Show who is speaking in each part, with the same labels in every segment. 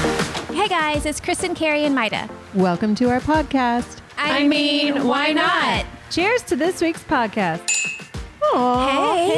Speaker 1: Hi guys, it's Kristen, Carrie, and Maida.
Speaker 2: Welcome to our podcast.
Speaker 1: I,
Speaker 3: mean, why not?
Speaker 2: Cheers to this week's podcast. Aw,
Speaker 1: Hey.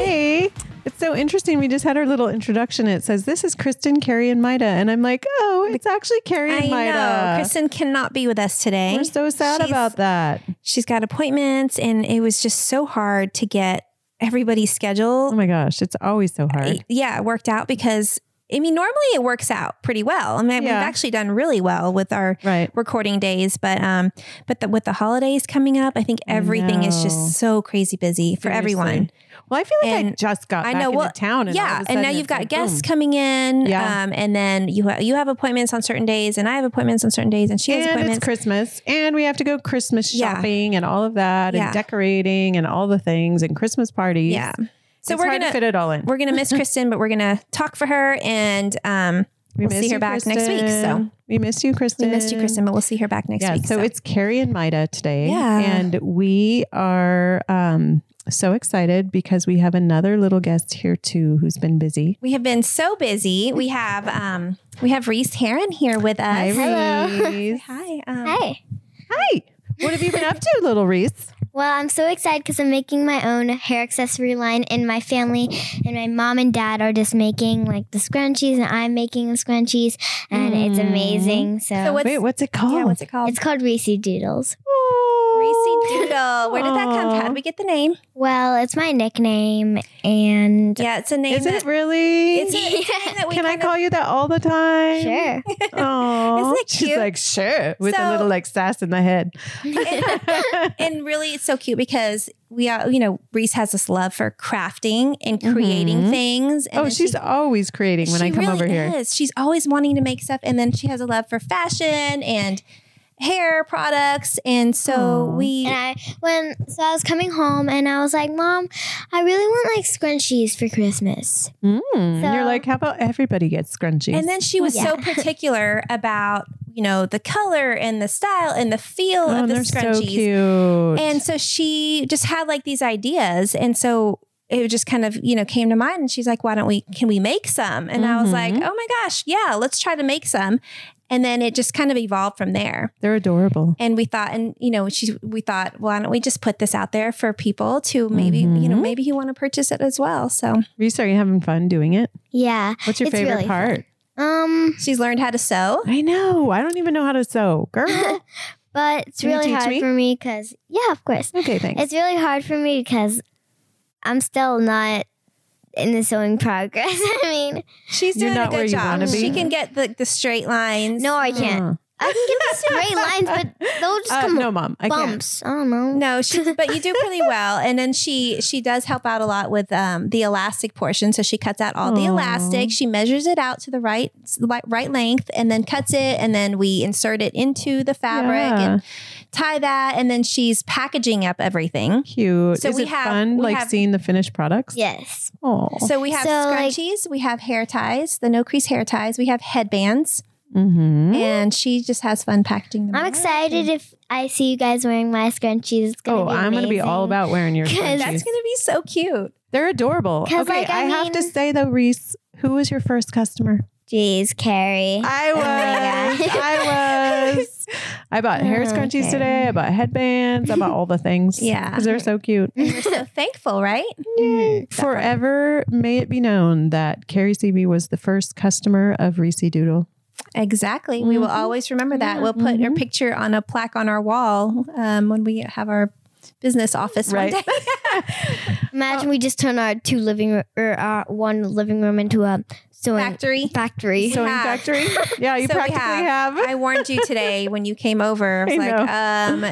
Speaker 2: hey. It's so interesting. We just had our little introduction. It says, This is Kristen, Carrie, and Maida. And I'm like, Oh, it's actually Carrie
Speaker 1: I
Speaker 2: and Maida.
Speaker 1: know. Kristen cannot be with us today.
Speaker 2: We're so sad
Speaker 1: She's-
Speaker 2: about that.
Speaker 1: She's got appointments, and it was just so hard to get everybody's
Speaker 2: Oh
Speaker 1: schedule.
Speaker 2: my gosh, it's always so hard.
Speaker 1: Yeah, worked out because I mean, normally it works out pretty well. I mean, we've
Speaker 2: Yeah.
Speaker 1: actually done really well with our
Speaker 2: Right.
Speaker 1: recording days, but um, but the, with the holidays coming up, I think everything is
Speaker 2: know.
Speaker 1: just so crazy busy for everyone.
Speaker 2: Seriously. Well, I feel like I
Speaker 1: And
Speaker 2: just got
Speaker 1: I
Speaker 2: back
Speaker 1: know,
Speaker 2: into
Speaker 1: well,
Speaker 2: town. And all
Speaker 1: yeah,
Speaker 2: of a
Speaker 1: and now
Speaker 2: sudden
Speaker 1: you've
Speaker 2: it's
Speaker 1: got
Speaker 2: like,
Speaker 1: guests
Speaker 2: boom.
Speaker 1: coming in,
Speaker 2: Yeah.
Speaker 1: um, and then you ha- you have appointments on certain days, and I have appointments on certain days, and she has
Speaker 2: And it's
Speaker 1: appointments.
Speaker 2: Christmas, and we have to go Christmas
Speaker 1: Yeah.
Speaker 2: shopping and all of that,
Speaker 1: Yeah.
Speaker 2: and decorating and all the things, and Christmas parties.
Speaker 1: Yeah, so
Speaker 2: It's
Speaker 1: we're
Speaker 2: hard to
Speaker 1: gonna
Speaker 2: fit it all in.
Speaker 1: we're gonna miss Kristen, but we're gonna talk for her, and um,
Speaker 2: We
Speaker 1: We'll see
Speaker 2: miss
Speaker 1: her
Speaker 2: you,
Speaker 1: back next week, so.
Speaker 2: Kristen. we missed you,
Speaker 1: we
Speaker 2: Kristen.
Speaker 1: missed you, Kristen, but we'll see her back next
Speaker 2: yeah.
Speaker 1: week.
Speaker 2: so, it's Carrie and Maida today.
Speaker 1: Yeah.
Speaker 2: And we are um, so excited because we have another little guest here too who's been busy.
Speaker 1: we have been so busy. We have um, we have Reese Heron here with us.
Speaker 2: Reese.
Speaker 1: Hi. Um,
Speaker 4: Hi.
Speaker 2: Hi. What have you been up to, little Reese?
Speaker 4: Well, I'm so excited because I'm making my own hair accessory line in my family, and my mom and dad are just making like the scrunchies, and I'm making the scrunchies, and it's amazing. So,
Speaker 1: So what's,
Speaker 2: Wait, Mm-hmm. what's it called?
Speaker 1: yeah, what's it called?
Speaker 4: it's called Reese Doodles.
Speaker 2: Oh.
Speaker 1: Reese Doodle. Where did that come from? How did we get the name?
Speaker 4: Well, it's my nickname, and
Speaker 1: Yeah, it's a name
Speaker 2: Is
Speaker 1: that
Speaker 2: it really?
Speaker 1: it's a name that we
Speaker 2: Can I
Speaker 1: kind of-
Speaker 2: call you that all the time?
Speaker 4: sure.
Speaker 2: Oh,
Speaker 1: Isn't it
Speaker 2: She's
Speaker 1: cute?
Speaker 2: like, sure, with
Speaker 1: So-
Speaker 2: a little like sass in the head.
Speaker 1: and really it's so cute because we are you know reese has this love for crafting and creating
Speaker 2: Mhm.
Speaker 1: things and
Speaker 2: oh,
Speaker 1: then
Speaker 2: she's
Speaker 1: she-
Speaker 2: always creating when
Speaker 1: she
Speaker 2: I come
Speaker 1: really
Speaker 2: over here.
Speaker 1: is. she's always wanting to make stuff and then she has a love for fashion and hair products and so
Speaker 2: Aw.
Speaker 1: we
Speaker 4: And I when so I was coming home, and I was like, Mom, I really want like scrunchies for Christmas.
Speaker 2: Mm. and you're
Speaker 4: So-
Speaker 2: like, how about everybody gets scrunchies?
Speaker 1: and then she was so
Speaker 4: Yeah.
Speaker 1: particular about you know the color and the style and the feel
Speaker 2: oh,
Speaker 1: of
Speaker 2: and
Speaker 1: the
Speaker 2: they're
Speaker 1: scrunchies
Speaker 2: so cute.
Speaker 1: And so she just had like these ideas. And so it just kind of, you know, came to mind and she's like, why don't we, can we make some? And I was like,
Speaker 2: Mm-hmm.
Speaker 1: oh my gosh, yeah, let's try to make some. And then it just kind of evolved from there.
Speaker 2: they're adorable.
Speaker 1: And we thought, and you know, she, we thought, why don't we just put this out there for people to maybe, you know,
Speaker 2: Mm-hmm.
Speaker 1: maybe you want to purchase it as well. So
Speaker 2: Reese, are you having fun doing it?
Speaker 4: Yeah.
Speaker 2: What's your
Speaker 4: It's
Speaker 2: favorite
Speaker 4: really fun.
Speaker 2: part?
Speaker 4: Um,
Speaker 1: she's learned how to sew.
Speaker 2: I know. I don't even know how to sew, girl.
Speaker 4: but it's
Speaker 2: Can you
Speaker 4: really
Speaker 2: teach
Speaker 4: hard
Speaker 2: me?
Speaker 4: for me because yeah, of course.
Speaker 2: okay, thanks.
Speaker 4: It's really hard for me because I'm still not in the sewing progress. I mean,
Speaker 1: She's
Speaker 2: You're
Speaker 1: doing
Speaker 2: not
Speaker 1: a
Speaker 2: where
Speaker 1: good
Speaker 2: you
Speaker 1: job.
Speaker 2: wanna be.
Speaker 1: She can get the, the straight lines.
Speaker 4: no, I can't.
Speaker 2: Uh,
Speaker 4: I can give straight lines, but they'll just
Speaker 2: uh,
Speaker 4: come
Speaker 2: no, mom, I can't.
Speaker 4: bumps. I don't know.
Speaker 1: No, she, but you do pretty well. And then she she does help out a lot with um, the elastic portion. So she cuts out all the
Speaker 2: Aw.
Speaker 1: elastic. She measures it out to the right li- right length, and then cuts it. And then we insert it into the fabric and tie that. And then she's packaging up everything.
Speaker 2: Cute.
Speaker 1: So
Speaker 2: Is
Speaker 1: we
Speaker 2: it
Speaker 1: have-
Speaker 2: fun,
Speaker 1: we
Speaker 2: like
Speaker 1: have-
Speaker 2: seeing the finished products?
Speaker 4: Yes.
Speaker 2: Oh,
Speaker 1: So we have
Speaker 4: So, like-
Speaker 1: scrunchies, we have hair ties, the no crease hair ties, we have headbands,
Speaker 2: mm-hmm.
Speaker 1: and she just has fun packaging them.
Speaker 4: Mm. I'm
Speaker 1: up.
Speaker 4: excited if I see you guys wearing my scrunchies. It's gonna
Speaker 2: Oh,
Speaker 4: be
Speaker 2: I'm going to be all
Speaker 4: amazing.
Speaker 2: about wearing your
Speaker 4: 'Cause
Speaker 2: scrunchies.
Speaker 1: That's going to be so cute.
Speaker 2: They're adorable.
Speaker 4: 'Cause,
Speaker 2: Okay,
Speaker 4: like,
Speaker 2: I,
Speaker 4: I
Speaker 2: have to
Speaker 4: mean-
Speaker 2: say though, Reese, who was your first customer?
Speaker 4: Jeez, Carrie.
Speaker 1: Oh
Speaker 2: I
Speaker 4: my
Speaker 2: was.
Speaker 4: God.
Speaker 2: I was. I bought hair
Speaker 4: Oh,
Speaker 2: scrunchies
Speaker 4: okay.
Speaker 2: today. I bought headbands. I bought all the things.
Speaker 1: Yeah.
Speaker 2: because they're so cute.
Speaker 1: And we're so thankful, right?
Speaker 4: Mm.
Speaker 2: Forever may it be known that Carrie CB was the first customer of Reese Doodle.
Speaker 1: Exactly. We will always remember that. we'll put your picture on a plaque on our wall um, when we have our business office
Speaker 2: Right.
Speaker 1: one day.
Speaker 2: Uh,
Speaker 4: Imagine we just turn our two living room or our one living room into a sewing
Speaker 1: Factory.
Speaker 4: factory.
Speaker 2: Sewing
Speaker 1: have.
Speaker 2: factory. Yeah, you
Speaker 1: So we
Speaker 2: practically have.
Speaker 1: have. I warned you today when you came over. I was like,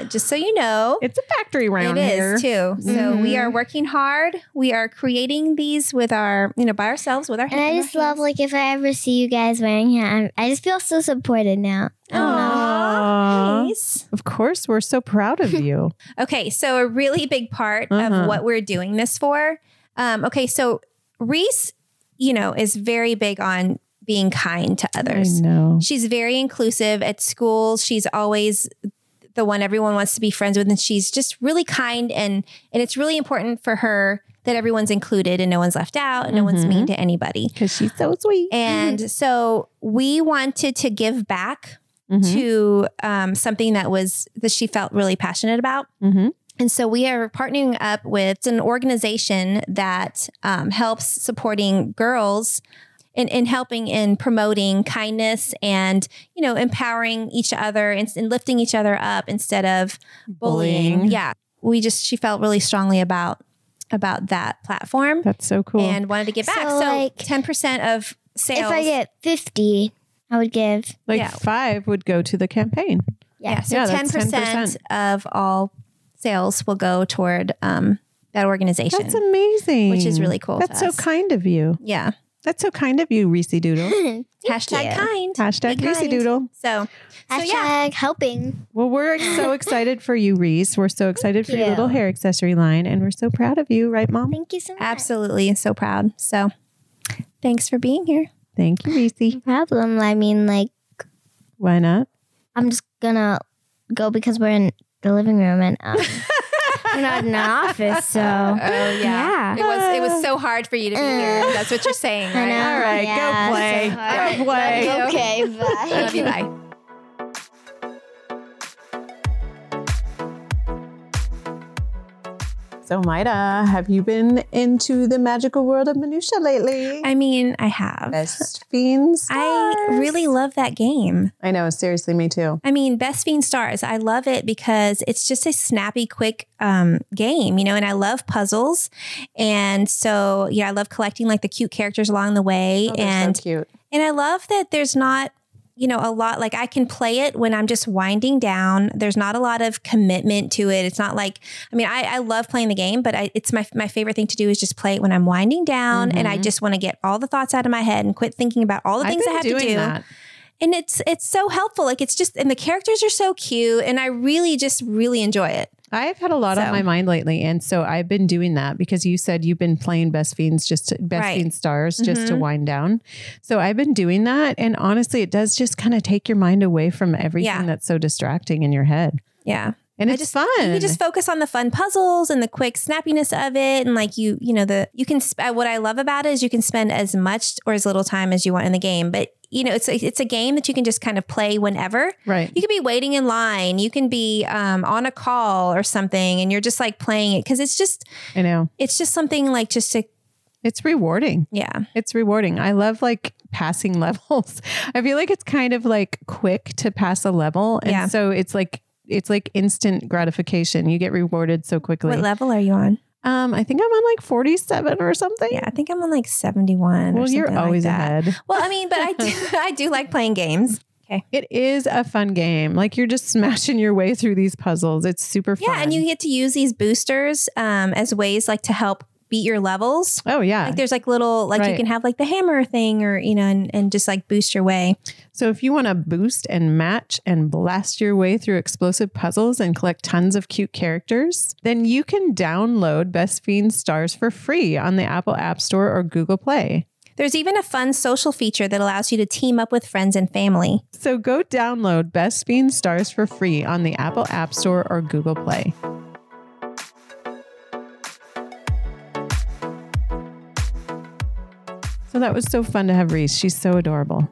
Speaker 1: um, just so you know,
Speaker 2: It's a factory round
Speaker 1: it is
Speaker 2: here.
Speaker 1: too. So we are working hard. We are creating these with our, you know, by ourselves with our
Speaker 4: and I
Speaker 1: hand-
Speaker 4: just
Speaker 1: our
Speaker 4: love
Speaker 1: hands.
Speaker 4: like if I ever see you guys wearing it, I'm, I just feel so supported now.
Speaker 1: Aw,
Speaker 2: Aw.
Speaker 1: nice.
Speaker 2: Of course, we're so proud of you.
Speaker 1: Okay, so a really big part
Speaker 2: Uh-huh.
Speaker 1: of what we're doing this for. Um, okay, so Reese, you know, is very big on being kind to
Speaker 2: I
Speaker 1: others.
Speaker 2: know.
Speaker 1: She's very inclusive at school. She's always the one everyone wants to be friends with, and she's just really kind and and it's really important for her that everyone's included and no one's left out and no one's
Speaker 2: Mhm.
Speaker 1: mean to anybody.
Speaker 2: because she's so sweet. Mm-hmm.
Speaker 1: And so we wanted to give back
Speaker 2: Mhm.
Speaker 1: to um, something that was that she felt really passionate about.
Speaker 2: Mhm.
Speaker 1: And so we are partnering up with an organization that um, helps supporting girls and in, helping in promoting kindness and you know empowering each other and, and lifting each other up instead of bullying.
Speaker 2: Bullying.
Speaker 1: Yeah, we just she felt really strongly about about that platform
Speaker 2: That's so cool.
Speaker 1: and wanted to give back.
Speaker 4: So,
Speaker 1: So
Speaker 4: like,
Speaker 1: ten percent of sales.
Speaker 4: If I get 50, I would give.
Speaker 2: like
Speaker 1: yeah.
Speaker 2: five would go to the campaign.
Speaker 1: yeah, so
Speaker 2: Yeah,
Speaker 1: ten
Speaker 2: that's
Speaker 1: percent of all sales will go toward um, that organization.
Speaker 2: That's amazing.
Speaker 1: which is really cool to
Speaker 2: That's so
Speaker 1: us.
Speaker 2: kind of you.
Speaker 1: yeah.
Speaker 2: That's so kind of you, Reese Doodle.
Speaker 1: Hashtag
Speaker 4: you.
Speaker 1: kind.
Speaker 2: Hashtag
Speaker 1: Be
Speaker 2: Reese
Speaker 1: kind.
Speaker 2: Doodle.
Speaker 1: So So,
Speaker 4: Hashtag
Speaker 1: yeah.
Speaker 4: helping.
Speaker 2: Well, we're so excited for you, Reese. We're so excited for your
Speaker 4: you.
Speaker 2: little hair accessory line, and we're so proud of you, right, Mom?
Speaker 4: Thank you so much.
Speaker 1: absolutely so proud. So thanks for being here.
Speaker 2: Thank you, Reese.
Speaker 4: No problem. I mean, like,
Speaker 2: Why not?
Speaker 4: I'm just gonna go because we're in the living room and um, we're not in the office, so.
Speaker 1: Oh, It was it was so hard for you to be here.
Speaker 4: Uh.
Speaker 1: That's what you're saying,
Speaker 4: I
Speaker 1: right?
Speaker 2: All right,
Speaker 4: know.
Speaker 2: go
Speaker 4: Yeah,
Speaker 2: play.
Speaker 4: so hard.
Speaker 2: Go play.
Speaker 1: Love you.
Speaker 4: Okay, bye.
Speaker 1: Love you, bye.
Speaker 2: So, Maida, have you been into the magical world of minutia lately?
Speaker 1: I mean, I have.
Speaker 2: Best fiends.
Speaker 1: I really love that game.
Speaker 2: I know. Seriously, me too. Oh,
Speaker 1: I mean, Best Fiend Stars. I love it because it's just a snappy, quick um, game, you know, and I love puzzles. And so, yeah, I love collecting like the cute characters along the way.
Speaker 2: Oh, they're
Speaker 1: and
Speaker 2: so cute.
Speaker 1: And I love that there's not, you know, a lot like I can play it when I'm just winding down. There's not a lot of commitment to it. It's not like, I mean, I, I love playing the game, but I, it's my, my favorite thing to do is just play it when I'm winding down and I
Speaker 2: Mhm.
Speaker 1: just want to get all the thoughts out of my head and quit thinking about all the
Speaker 2: I've
Speaker 1: things I
Speaker 2: been
Speaker 1: have
Speaker 2: doing
Speaker 1: to do.
Speaker 2: that.
Speaker 1: And it's, it's so helpful. Like it's just, and the characters are so cute and I really just really enjoy it.
Speaker 2: I've had a lot on
Speaker 1: So.
Speaker 2: my mind lately, and so I've been doing that because you said you've been playing Best Fiends just to, Best
Speaker 1: Right. Mm-hmm.
Speaker 2: Fiend Stars just to wind down. So I've been doing that, and honestly, it does just kind of take your mind away from everything
Speaker 1: Yeah.
Speaker 2: that's so distracting in your head,
Speaker 1: Yeah.
Speaker 2: and
Speaker 1: I
Speaker 2: it's
Speaker 1: just-
Speaker 2: fun.
Speaker 1: You just focus on the fun puzzles and the quick snappiness of it, and like you, you know, the you can. Sp- uh, what I love about it is you can spend as much or as little time as you want in the game, but you know, it's a, it's a game that you can just kind of play whenever.
Speaker 2: right?
Speaker 1: You can be waiting in line, you can be um, on a call or something, and you're just like playing it because it's just
Speaker 2: I know
Speaker 1: it's just something like just to
Speaker 2: it's rewarding.
Speaker 1: yeah
Speaker 2: It's rewarding. I love like passing levels. I feel like it's kind of like quick to pass a level. And
Speaker 1: Yeah.
Speaker 2: so it's like it's like instant gratification. You get rewarded so quickly.
Speaker 1: What level are you on?
Speaker 2: um, I think I'm on like 47 or something.
Speaker 1: Yeah, I think I'm on like seventy one.
Speaker 2: Well, you're always
Speaker 1: like that.
Speaker 2: ahead.
Speaker 1: Well, I mean, but I do I do like playing games.
Speaker 2: It is a fun game. Like you're just smashing your way through these puzzles. It's super fun.
Speaker 1: Yeah, and you get to use these boosters um, as ways like to help beat your levels.
Speaker 2: Oh yeah.
Speaker 1: Like there's like little like
Speaker 2: Right.
Speaker 1: you can have like the hammer thing or you know and, and just like boost your way.
Speaker 2: So if you want to boost and match and blast your way through explosive puzzles and collect tons of cute characters, then you can download Best Fiend Stars for free on the Apple App Store or Google Play.
Speaker 1: There's even a fun social feature that allows you to team up with friends and family.
Speaker 2: So go download Best Fiend Stars for free on the Apple App Store or Google Play. So that was so fun to have Reese. She's so adorable.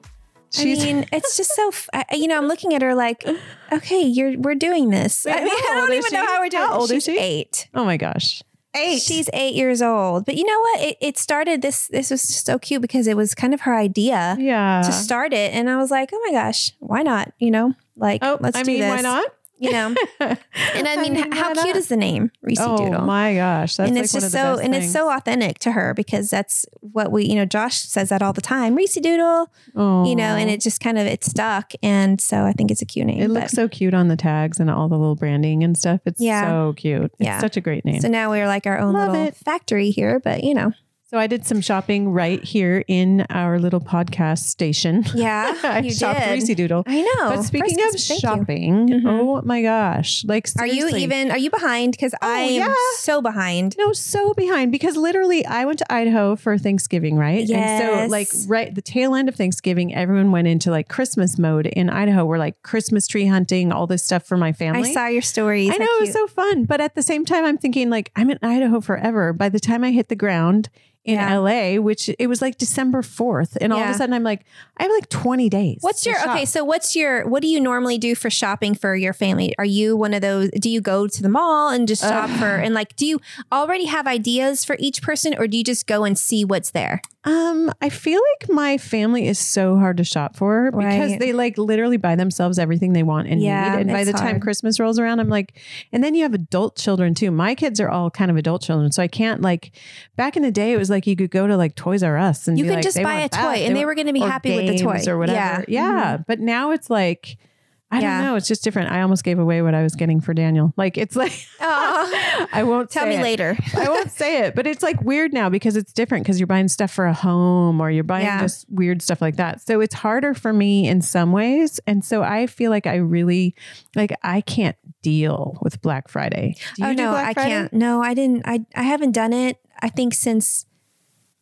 Speaker 2: She's
Speaker 1: I mean, it's just so f- I, you know I'm looking at her like, okay, you're we're doing this. I
Speaker 2: Wait,
Speaker 1: mean,
Speaker 2: how
Speaker 1: I
Speaker 2: old
Speaker 1: don't
Speaker 2: is
Speaker 1: even know
Speaker 2: she?
Speaker 1: how we're doing.
Speaker 2: How
Speaker 1: this.
Speaker 2: old is
Speaker 1: She's
Speaker 2: she?
Speaker 1: Eight.
Speaker 2: oh my gosh.
Speaker 1: Eight. She's eight years old. But you know what? It, it started this. This was just so cute because it was kind of her idea
Speaker 2: Yeah.
Speaker 1: to start it, and I was like, oh my gosh, why not? You know, like
Speaker 2: oh,
Speaker 1: let's
Speaker 2: I
Speaker 1: do
Speaker 2: mean,
Speaker 1: this.
Speaker 2: why not?
Speaker 1: You know. And I mean, h- how
Speaker 2: why
Speaker 1: cute
Speaker 2: not?
Speaker 1: is the name Reese
Speaker 2: oh
Speaker 1: Doodle?
Speaker 2: my gosh, that's
Speaker 1: and
Speaker 2: like
Speaker 1: it's
Speaker 2: one
Speaker 1: just
Speaker 2: of the
Speaker 1: so,
Speaker 2: best
Speaker 1: and
Speaker 2: things.
Speaker 1: it's so authentic to her because that's what we, you know, Josh says that all the time, Reese Doodle,
Speaker 2: oh,
Speaker 1: you know, and it just kind of it stuck, and so I think it's a cute name.
Speaker 2: it
Speaker 1: but-
Speaker 2: looks so cute on the tags and all the little branding and stuff. It's
Speaker 1: Yeah.
Speaker 2: so cute. It's
Speaker 1: Yeah.
Speaker 2: such a great name.
Speaker 1: so now we're like our own
Speaker 2: Love
Speaker 1: little
Speaker 2: it.
Speaker 1: factory here, but you know,
Speaker 2: So I did some shopping right here in our little podcast station.
Speaker 1: Yeah, Ah,
Speaker 2: I
Speaker 1: you
Speaker 2: shopped
Speaker 1: did.
Speaker 2: Reese Doodle.
Speaker 1: I know.
Speaker 2: but speaking of
Speaker 1: Frisco's- thank you.
Speaker 2: shopping,
Speaker 1: Mhm.
Speaker 2: oh my gosh! Like,
Speaker 1: are you
Speaker 2: seriously. Oh,
Speaker 1: even? Are you behind? Because I am
Speaker 2: yeah.
Speaker 1: so behind.
Speaker 2: No, so behind because literally I went to Idaho for Thanksgiving, right? And so
Speaker 1: Yes.
Speaker 2: like right the tail end of Thanksgiving, everyone went into like Christmas mode in Idaho. We're like Christmas tree hunting, all this stuff for my family.
Speaker 1: I saw your stories.
Speaker 2: I
Speaker 1: How
Speaker 2: know it was
Speaker 1: cute.
Speaker 2: so fun, but at the same time, I'm thinking like I'm in Idaho forever. By the time I hit the ground in
Speaker 1: Yeah.
Speaker 2: LA, which it was like December 4th, and all of a
Speaker 1: Yeah.
Speaker 2: sudden I'm like, I have like 20 days.
Speaker 1: What's
Speaker 2: to
Speaker 1: your
Speaker 2: shop.
Speaker 1: okay? So what's your what do you normally do for shopping for your family? Are you one of those? Do you go to the mall and just shop
Speaker 2: Ugh.
Speaker 1: for and like? Do you already have ideas for each person, or do you just go and see what's there?
Speaker 2: Um, I feel like my family is so hard to shop for because
Speaker 1: Right.
Speaker 2: they like literally buy themselves everything they want and
Speaker 1: Yeah,
Speaker 2: need. And by
Speaker 1: it's
Speaker 2: the time
Speaker 1: hard.
Speaker 2: Christmas rolls around, I'm like, and then you have adult children too. My kids are all kind of adult children, so I can't like. Back in the day, it was like you could go to like Toys R Us and
Speaker 1: You
Speaker 2: be
Speaker 1: can
Speaker 2: like,
Speaker 1: just
Speaker 2: they
Speaker 1: buy
Speaker 2: want
Speaker 1: a toy,
Speaker 2: that,
Speaker 1: and they
Speaker 2: want-
Speaker 1: were going to be
Speaker 2: or
Speaker 1: happy with the toy
Speaker 2: games or whatever.
Speaker 1: Yeah, Mm-hmm.
Speaker 2: Yeah, but now it's like. I don't
Speaker 1: Yeah.
Speaker 2: know. It's just different. I almost gave away what I was getting for Daniel. Like it's like
Speaker 1: Oh,
Speaker 2: I won't
Speaker 1: tell
Speaker 2: say
Speaker 1: me
Speaker 2: it.
Speaker 1: later.
Speaker 2: I won't say it, but it's like weird now because it's different because you're buying stuff for a home or you're buying
Speaker 1: Yeah.
Speaker 2: just weird stuff like that. So it's harder for me in some ways. And so I feel like I really like I can't deal with Black Friday. Do you
Speaker 1: oh
Speaker 2: do
Speaker 1: no,
Speaker 2: Black
Speaker 1: I
Speaker 2: Friday?
Speaker 1: can't. No, I didn't. I I haven't done it. I think since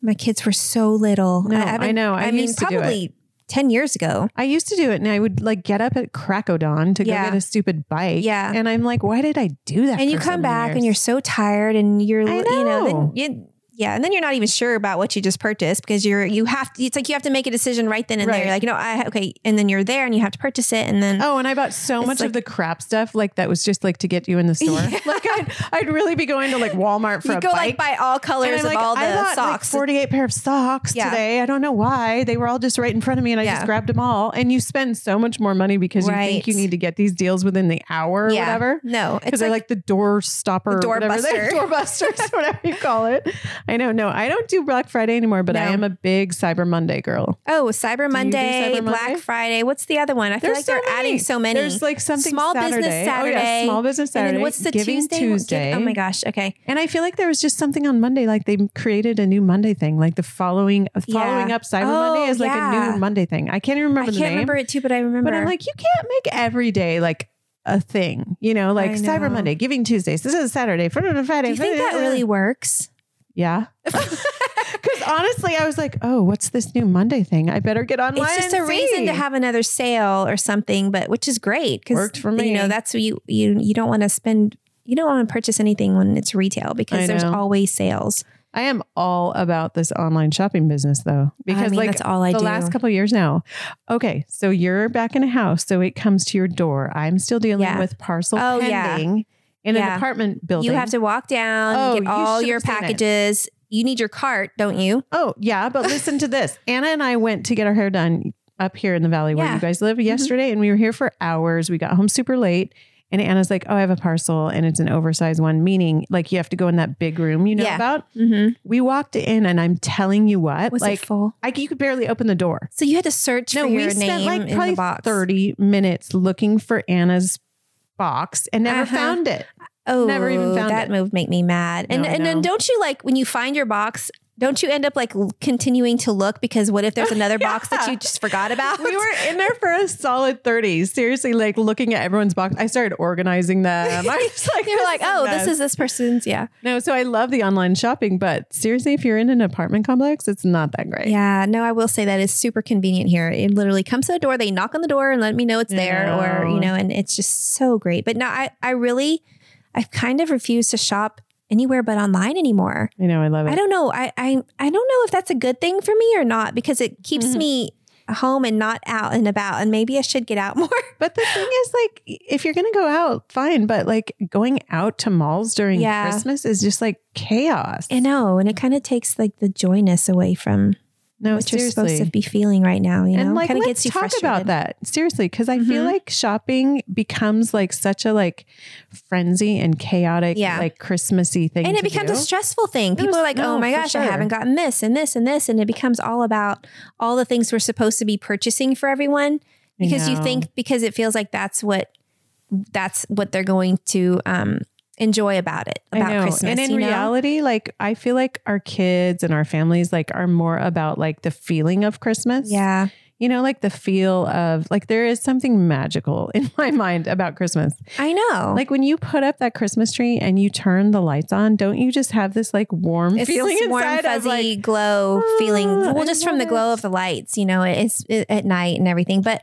Speaker 1: my kids were so little.
Speaker 2: No, I
Speaker 1: haven't-
Speaker 2: know. I
Speaker 1: I mean,
Speaker 2: used to do it.
Speaker 1: probably ten years ago.
Speaker 2: I used to do it and I would like get up at crack o' dawn to
Speaker 1: Yeah.
Speaker 2: go get a stupid bike.
Speaker 1: Yeah.
Speaker 2: And I'm like, why did I do that?
Speaker 1: and you
Speaker 2: for so
Speaker 1: come
Speaker 2: many
Speaker 1: back and you're
Speaker 2: years?
Speaker 1: so tired and you're
Speaker 2: I
Speaker 1: you know
Speaker 2: know.
Speaker 1: then you, yeah and then you're not even sure about what you just purchased because you're you have to it's like you have to make a decision right then and
Speaker 2: Right.
Speaker 1: there you're like you know I okay and then you're there and you have to purchase it and then
Speaker 2: Oh, and I bought so
Speaker 1: It's
Speaker 2: much of
Speaker 1: like-
Speaker 2: the crap stuff, like that was just like to get you in the store.
Speaker 1: Yeah.
Speaker 2: Like I'd, I'd really be going to like Walmart for
Speaker 1: you
Speaker 2: a
Speaker 1: go like
Speaker 2: bike.
Speaker 1: buy all colors of
Speaker 2: And I'm like,
Speaker 1: all
Speaker 2: I
Speaker 1: the
Speaker 2: bought
Speaker 1: socks
Speaker 2: Like 48 pair of socks
Speaker 1: Yeah.
Speaker 2: today. I don't know why. They were all just right in front of me and I just
Speaker 1: Yeah.
Speaker 2: grabbed them all. And you spend so much more money because you think
Speaker 1: Right.
Speaker 2: you need to get these deals within the hour or
Speaker 1: yeah
Speaker 2: whatever.
Speaker 1: no
Speaker 2: Because
Speaker 1: it's
Speaker 2: they're
Speaker 1: like,
Speaker 2: like the door stopper,
Speaker 1: The door
Speaker 2: whatever they-
Speaker 1: buster.
Speaker 2: door busters, whatever you call it. I know, no, I don't do Black Friday anymore, but I
Speaker 1: No.
Speaker 2: am a big Cyber Monday girl.
Speaker 1: oh Cyber
Speaker 2: do
Speaker 1: Monday,
Speaker 2: Cyber
Speaker 1: Black
Speaker 2: Monday?
Speaker 1: Friday what's the other one I feel
Speaker 2: There's
Speaker 1: like
Speaker 2: so
Speaker 1: they're adding so many
Speaker 2: There's like something
Speaker 1: Small
Speaker 2: Saturday.
Speaker 1: Business
Speaker 2: Oh, yeah,
Speaker 1: Saturday.
Speaker 2: small business Saturday.
Speaker 1: and then what's the
Speaker 2: Giving
Speaker 1: Tuesday one? Give-
Speaker 2: Tuesday?
Speaker 1: oh my gosh okay
Speaker 2: And I feel like there was just something on Monday, like they created a new Monday thing, like the following uh, following
Speaker 1: Yeah.
Speaker 2: up Cyber
Speaker 1: Oh,
Speaker 2: Monday is like a
Speaker 1: yeah.
Speaker 2: new Monday thing. I can't even remember
Speaker 1: I
Speaker 2: the
Speaker 1: can't
Speaker 2: name,
Speaker 1: remember it too but I remember
Speaker 2: but I'm like, you can't make every day like a thing, you know, like
Speaker 1: I
Speaker 2: Cyber
Speaker 1: know.
Speaker 2: Monday, Giving Tuesdays. This is Saturday, Friday,
Speaker 1: do
Speaker 2: Friday.
Speaker 1: you think that
Speaker 2: uh,
Speaker 1: really works
Speaker 2: Yeah. Because honestly, I was like, oh, what's this new Monday thing? I better get online.
Speaker 1: it's just
Speaker 2: and
Speaker 1: a reason to
Speaker 2: see.
Speaker 1: have another sale or something, but which is great because
Speaker 2: Worked for me.
Speaker 1: You know, that's what you you you don't want to spend. You don't want to purchase anything when it's retail
Speaker 2: I
Speaker 1: because there's
Speaker 2: know.
Speaker 1: always sales.
Speaker 2: I am all about this online shopping business though, because
Speaker 1: mean,
Speaker 2: like
Speaker 1: that's all I
Speaker 2: the
Speaker 1: do.
Speaker 2: last couple of years now. Okay, so you're back in a house, so it comes to your door. I'm still dealing
Speaker 1: Yeah.
Speaker 2: with parcel
Speaker 1: Oh, yeah.
Speaker 2: pending in an
Speaker 1: Yeah.
Speaker 2: apartment building.
Speaker 1: You have to walk down,
Speaker 2: Oh,
Speaker 1: get
Speaker 2: you
Speaker 1: all
Speaker 2: should
Speaker 1: your
Speaker 2: have seen it.
Speaker 1: packages. You need your cart, don't you?
Speaker 2: Oh yeah, but listen to this. Anna and I went to get our hair done up here in the valley where
Speaker 1: Yeah. Mm-hmm.
Speaker 2: you guys live yesterday, and we were here for hours. We got home super late. And Anna's like, oh, I have a parcel and it's an oversized one, meaning like you have to go in that big room you know
Speaker 1: Yeah.
Speaker 2: about.
Speaker 1: Mm-hmm.
Speaker 2: We walked in and I'm telling you what,
Speaker 1: Was
Speaker 2: like
Speaker 1: it full?
Speaker 2: I, you could barely open the door.
Speaker 1: So you had to search for your name in the box.
Speaker 2: 30 minutes looking for Anna's box and never
Speaker 1: Uh-huh.
Speaker 2: found it.
Speaker 1: Oh,
Speaker 2: Never even found
Speaker 1: that
Speaker 2: it.
Speaker 1: move make me mad. And
Speaker 2: No, I
Speaker 1: and then
Speaker 2: know.
Speaker 1: don't you like when you find your box? Don't you end up like l- continuing to look because what if there's another box that
Speaker 2: Yeah.
Speaker 1: you just forgot about?
Speaker 2: We were in there for a solid 30, seriously, like looking at everyone's box. I started organizing them. I was like,
Speaker 1: You're like,
Speaker 2: a
Speaker 1: oh,
Speaker 2: mess."
Speaker 1: this is this person's. Yeah.
Speaker 2: no. So I love the online shopping, but seriously, if you're in an apartment complex, it's not that great.
Speaker 1: Yeah. No, I will say that is super convenient here. It literally comes to the door, they knock on the door and let me know it's there, or,
Speaker 2: Yeah.
Speaker 1: you know, and it's just so great. But no, I, I really, I've kind of refused to shop anywhere but online anymore.
Speaker 2: I know, I love it.
Speaker 1: I don't know. I, I, I don't know if that's a good thing for me or not because it keeps
Speaker 2: Mhm.
Speaker 1: me home and not out and about. And maybe I should get out more.
Speaker 2: But the thing is, like, if you're going to go out, fine. But like going out to malls during
Speaker 1: Yeah.
Speaker 2: Christmas is just like chaos.
Speaker 1: I know. And it kind of takes like the joyness away from
Speaker 2: no,
Speaker 1: what
Speaker 2: seriously.
Speaker 1: you're supposed to be feeling right now. You know,
Speaker 2: and like
Speaker 1: kind of
Speaker 2: let's
Speaker 1: gets you
Speaker 2: talk
Speaker 1: frustrated.
Speaker 2: about that seriously because i feel
Speaker 1: Mhm.
Speaker 2: like shopping becomes like such a like frenzy and chaotic
Speaker 1: Yeah.
Speaker 2: like christmassy thing
Speaker 1: and it
Speaker 2: to
Speaker 1: becomes
Speaker 2: do.
Speaker 1: a stressful thing. People
Speaker 2: was-
Speaker 1: are like,
Speaker 2: no,
Speaker 1: "Oh my
Speaker 2: for
Speaker 1: gosh, I
Speaker 2: sure.
Speaker 1: haven't gotten this and this and this," and it becomes all about all the things we're supposed to be purchasing for everyone
Speaker 2: I
Speaker 1: because you
Speaker 2: know.
Speaker 1: think because it feels like that's what that's what they're going to um, enjoy about it
Speaker 2: I
Speaker 1: about
Speaker 2: know.
Speaker 1: Christmas.
Speaker 2: And in
Speaker 1: you know?
Speaker 2: reality, like I feel like our kids and our families like are more about like the feeling of Christmas.
Speaker 1: yeah,
Speaker 2: You know, like the feel of like there is something magical in my mind about Christmas.
Speaker 1: I know.
Speaker 2: Like when you put up that Christmas tree and you turn the lights on, don't you just have this like warm
Speaker 1: it's
Speaker 2: feeling
Speaker 1: this warm,
Speaker 2: inside of
Speaker 1: fuzzy
Speaker 2: like
Speaker 1: glow
Speaker 2: "Ah,
Speaker 1: feeling.
Speaker 2: I
Speaker 1: Well, just from the
Speaker 2: love
Speaker 1: glow
Speaker 2: it."
Speaker 1: of the lights, you know, it's it, at night and everything. But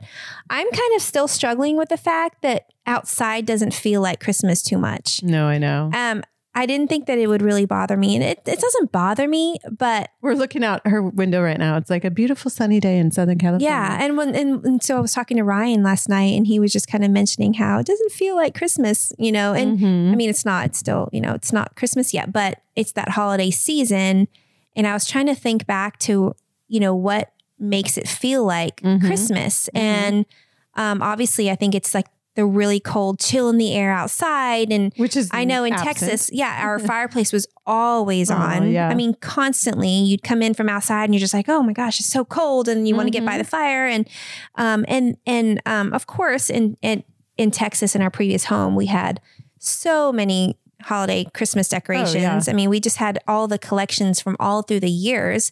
Speaker 1: I'm kind of still struggling with the fact that outside doesn't feel like Christmas too much.
Speaker 2: No, I know.
Speaker 1: Um, I didn't think that it would really bother me, and it, it doesn't bother me. But
Speaker 2: We're looking out her window right now. It's like a beautiful sunny day in Southern California.
Speaker 1: yeah, and when and, and so I was talking to Ryan last night, and he was just kind of mentioning how it doesn't feel like Christmas, you know, and
Speaker 2: Mhm.
Speaker 1: I mean, it's not, it's still, you know, it's not Christmas yet, but it's that holiday season. And I was trying to think back to, you know, what makes it feel like
Speaker 2: Mhm.
Speaker 1: Christmas.
Speaker 2: Mhm.
Speaker 1: And um, obviously, I think it's like the really cold chill in the air outside. And
Speaker 2: which is
Speaker 1: I know in
Speaker 2: absent.
Speaker 1: Texas, yeah, our fireplace was always
Speaker 2: Oh,
Speaker 1: on.
Speaker 2: yeah.
Speaker 1: I mean, constantly. You'd come in from outside, and you're just like, "Oh my gosh, it's so cold," and you want to get by
Speaker 2: Mhm.
Speaker 1: the fire. And um, and and um, of course, in in in Texas, in our previous home, we had so many holiday Christmas
Speaker 2: Oh,
Speaker 1: decorations. I mean, we just had all the collections from all through the years,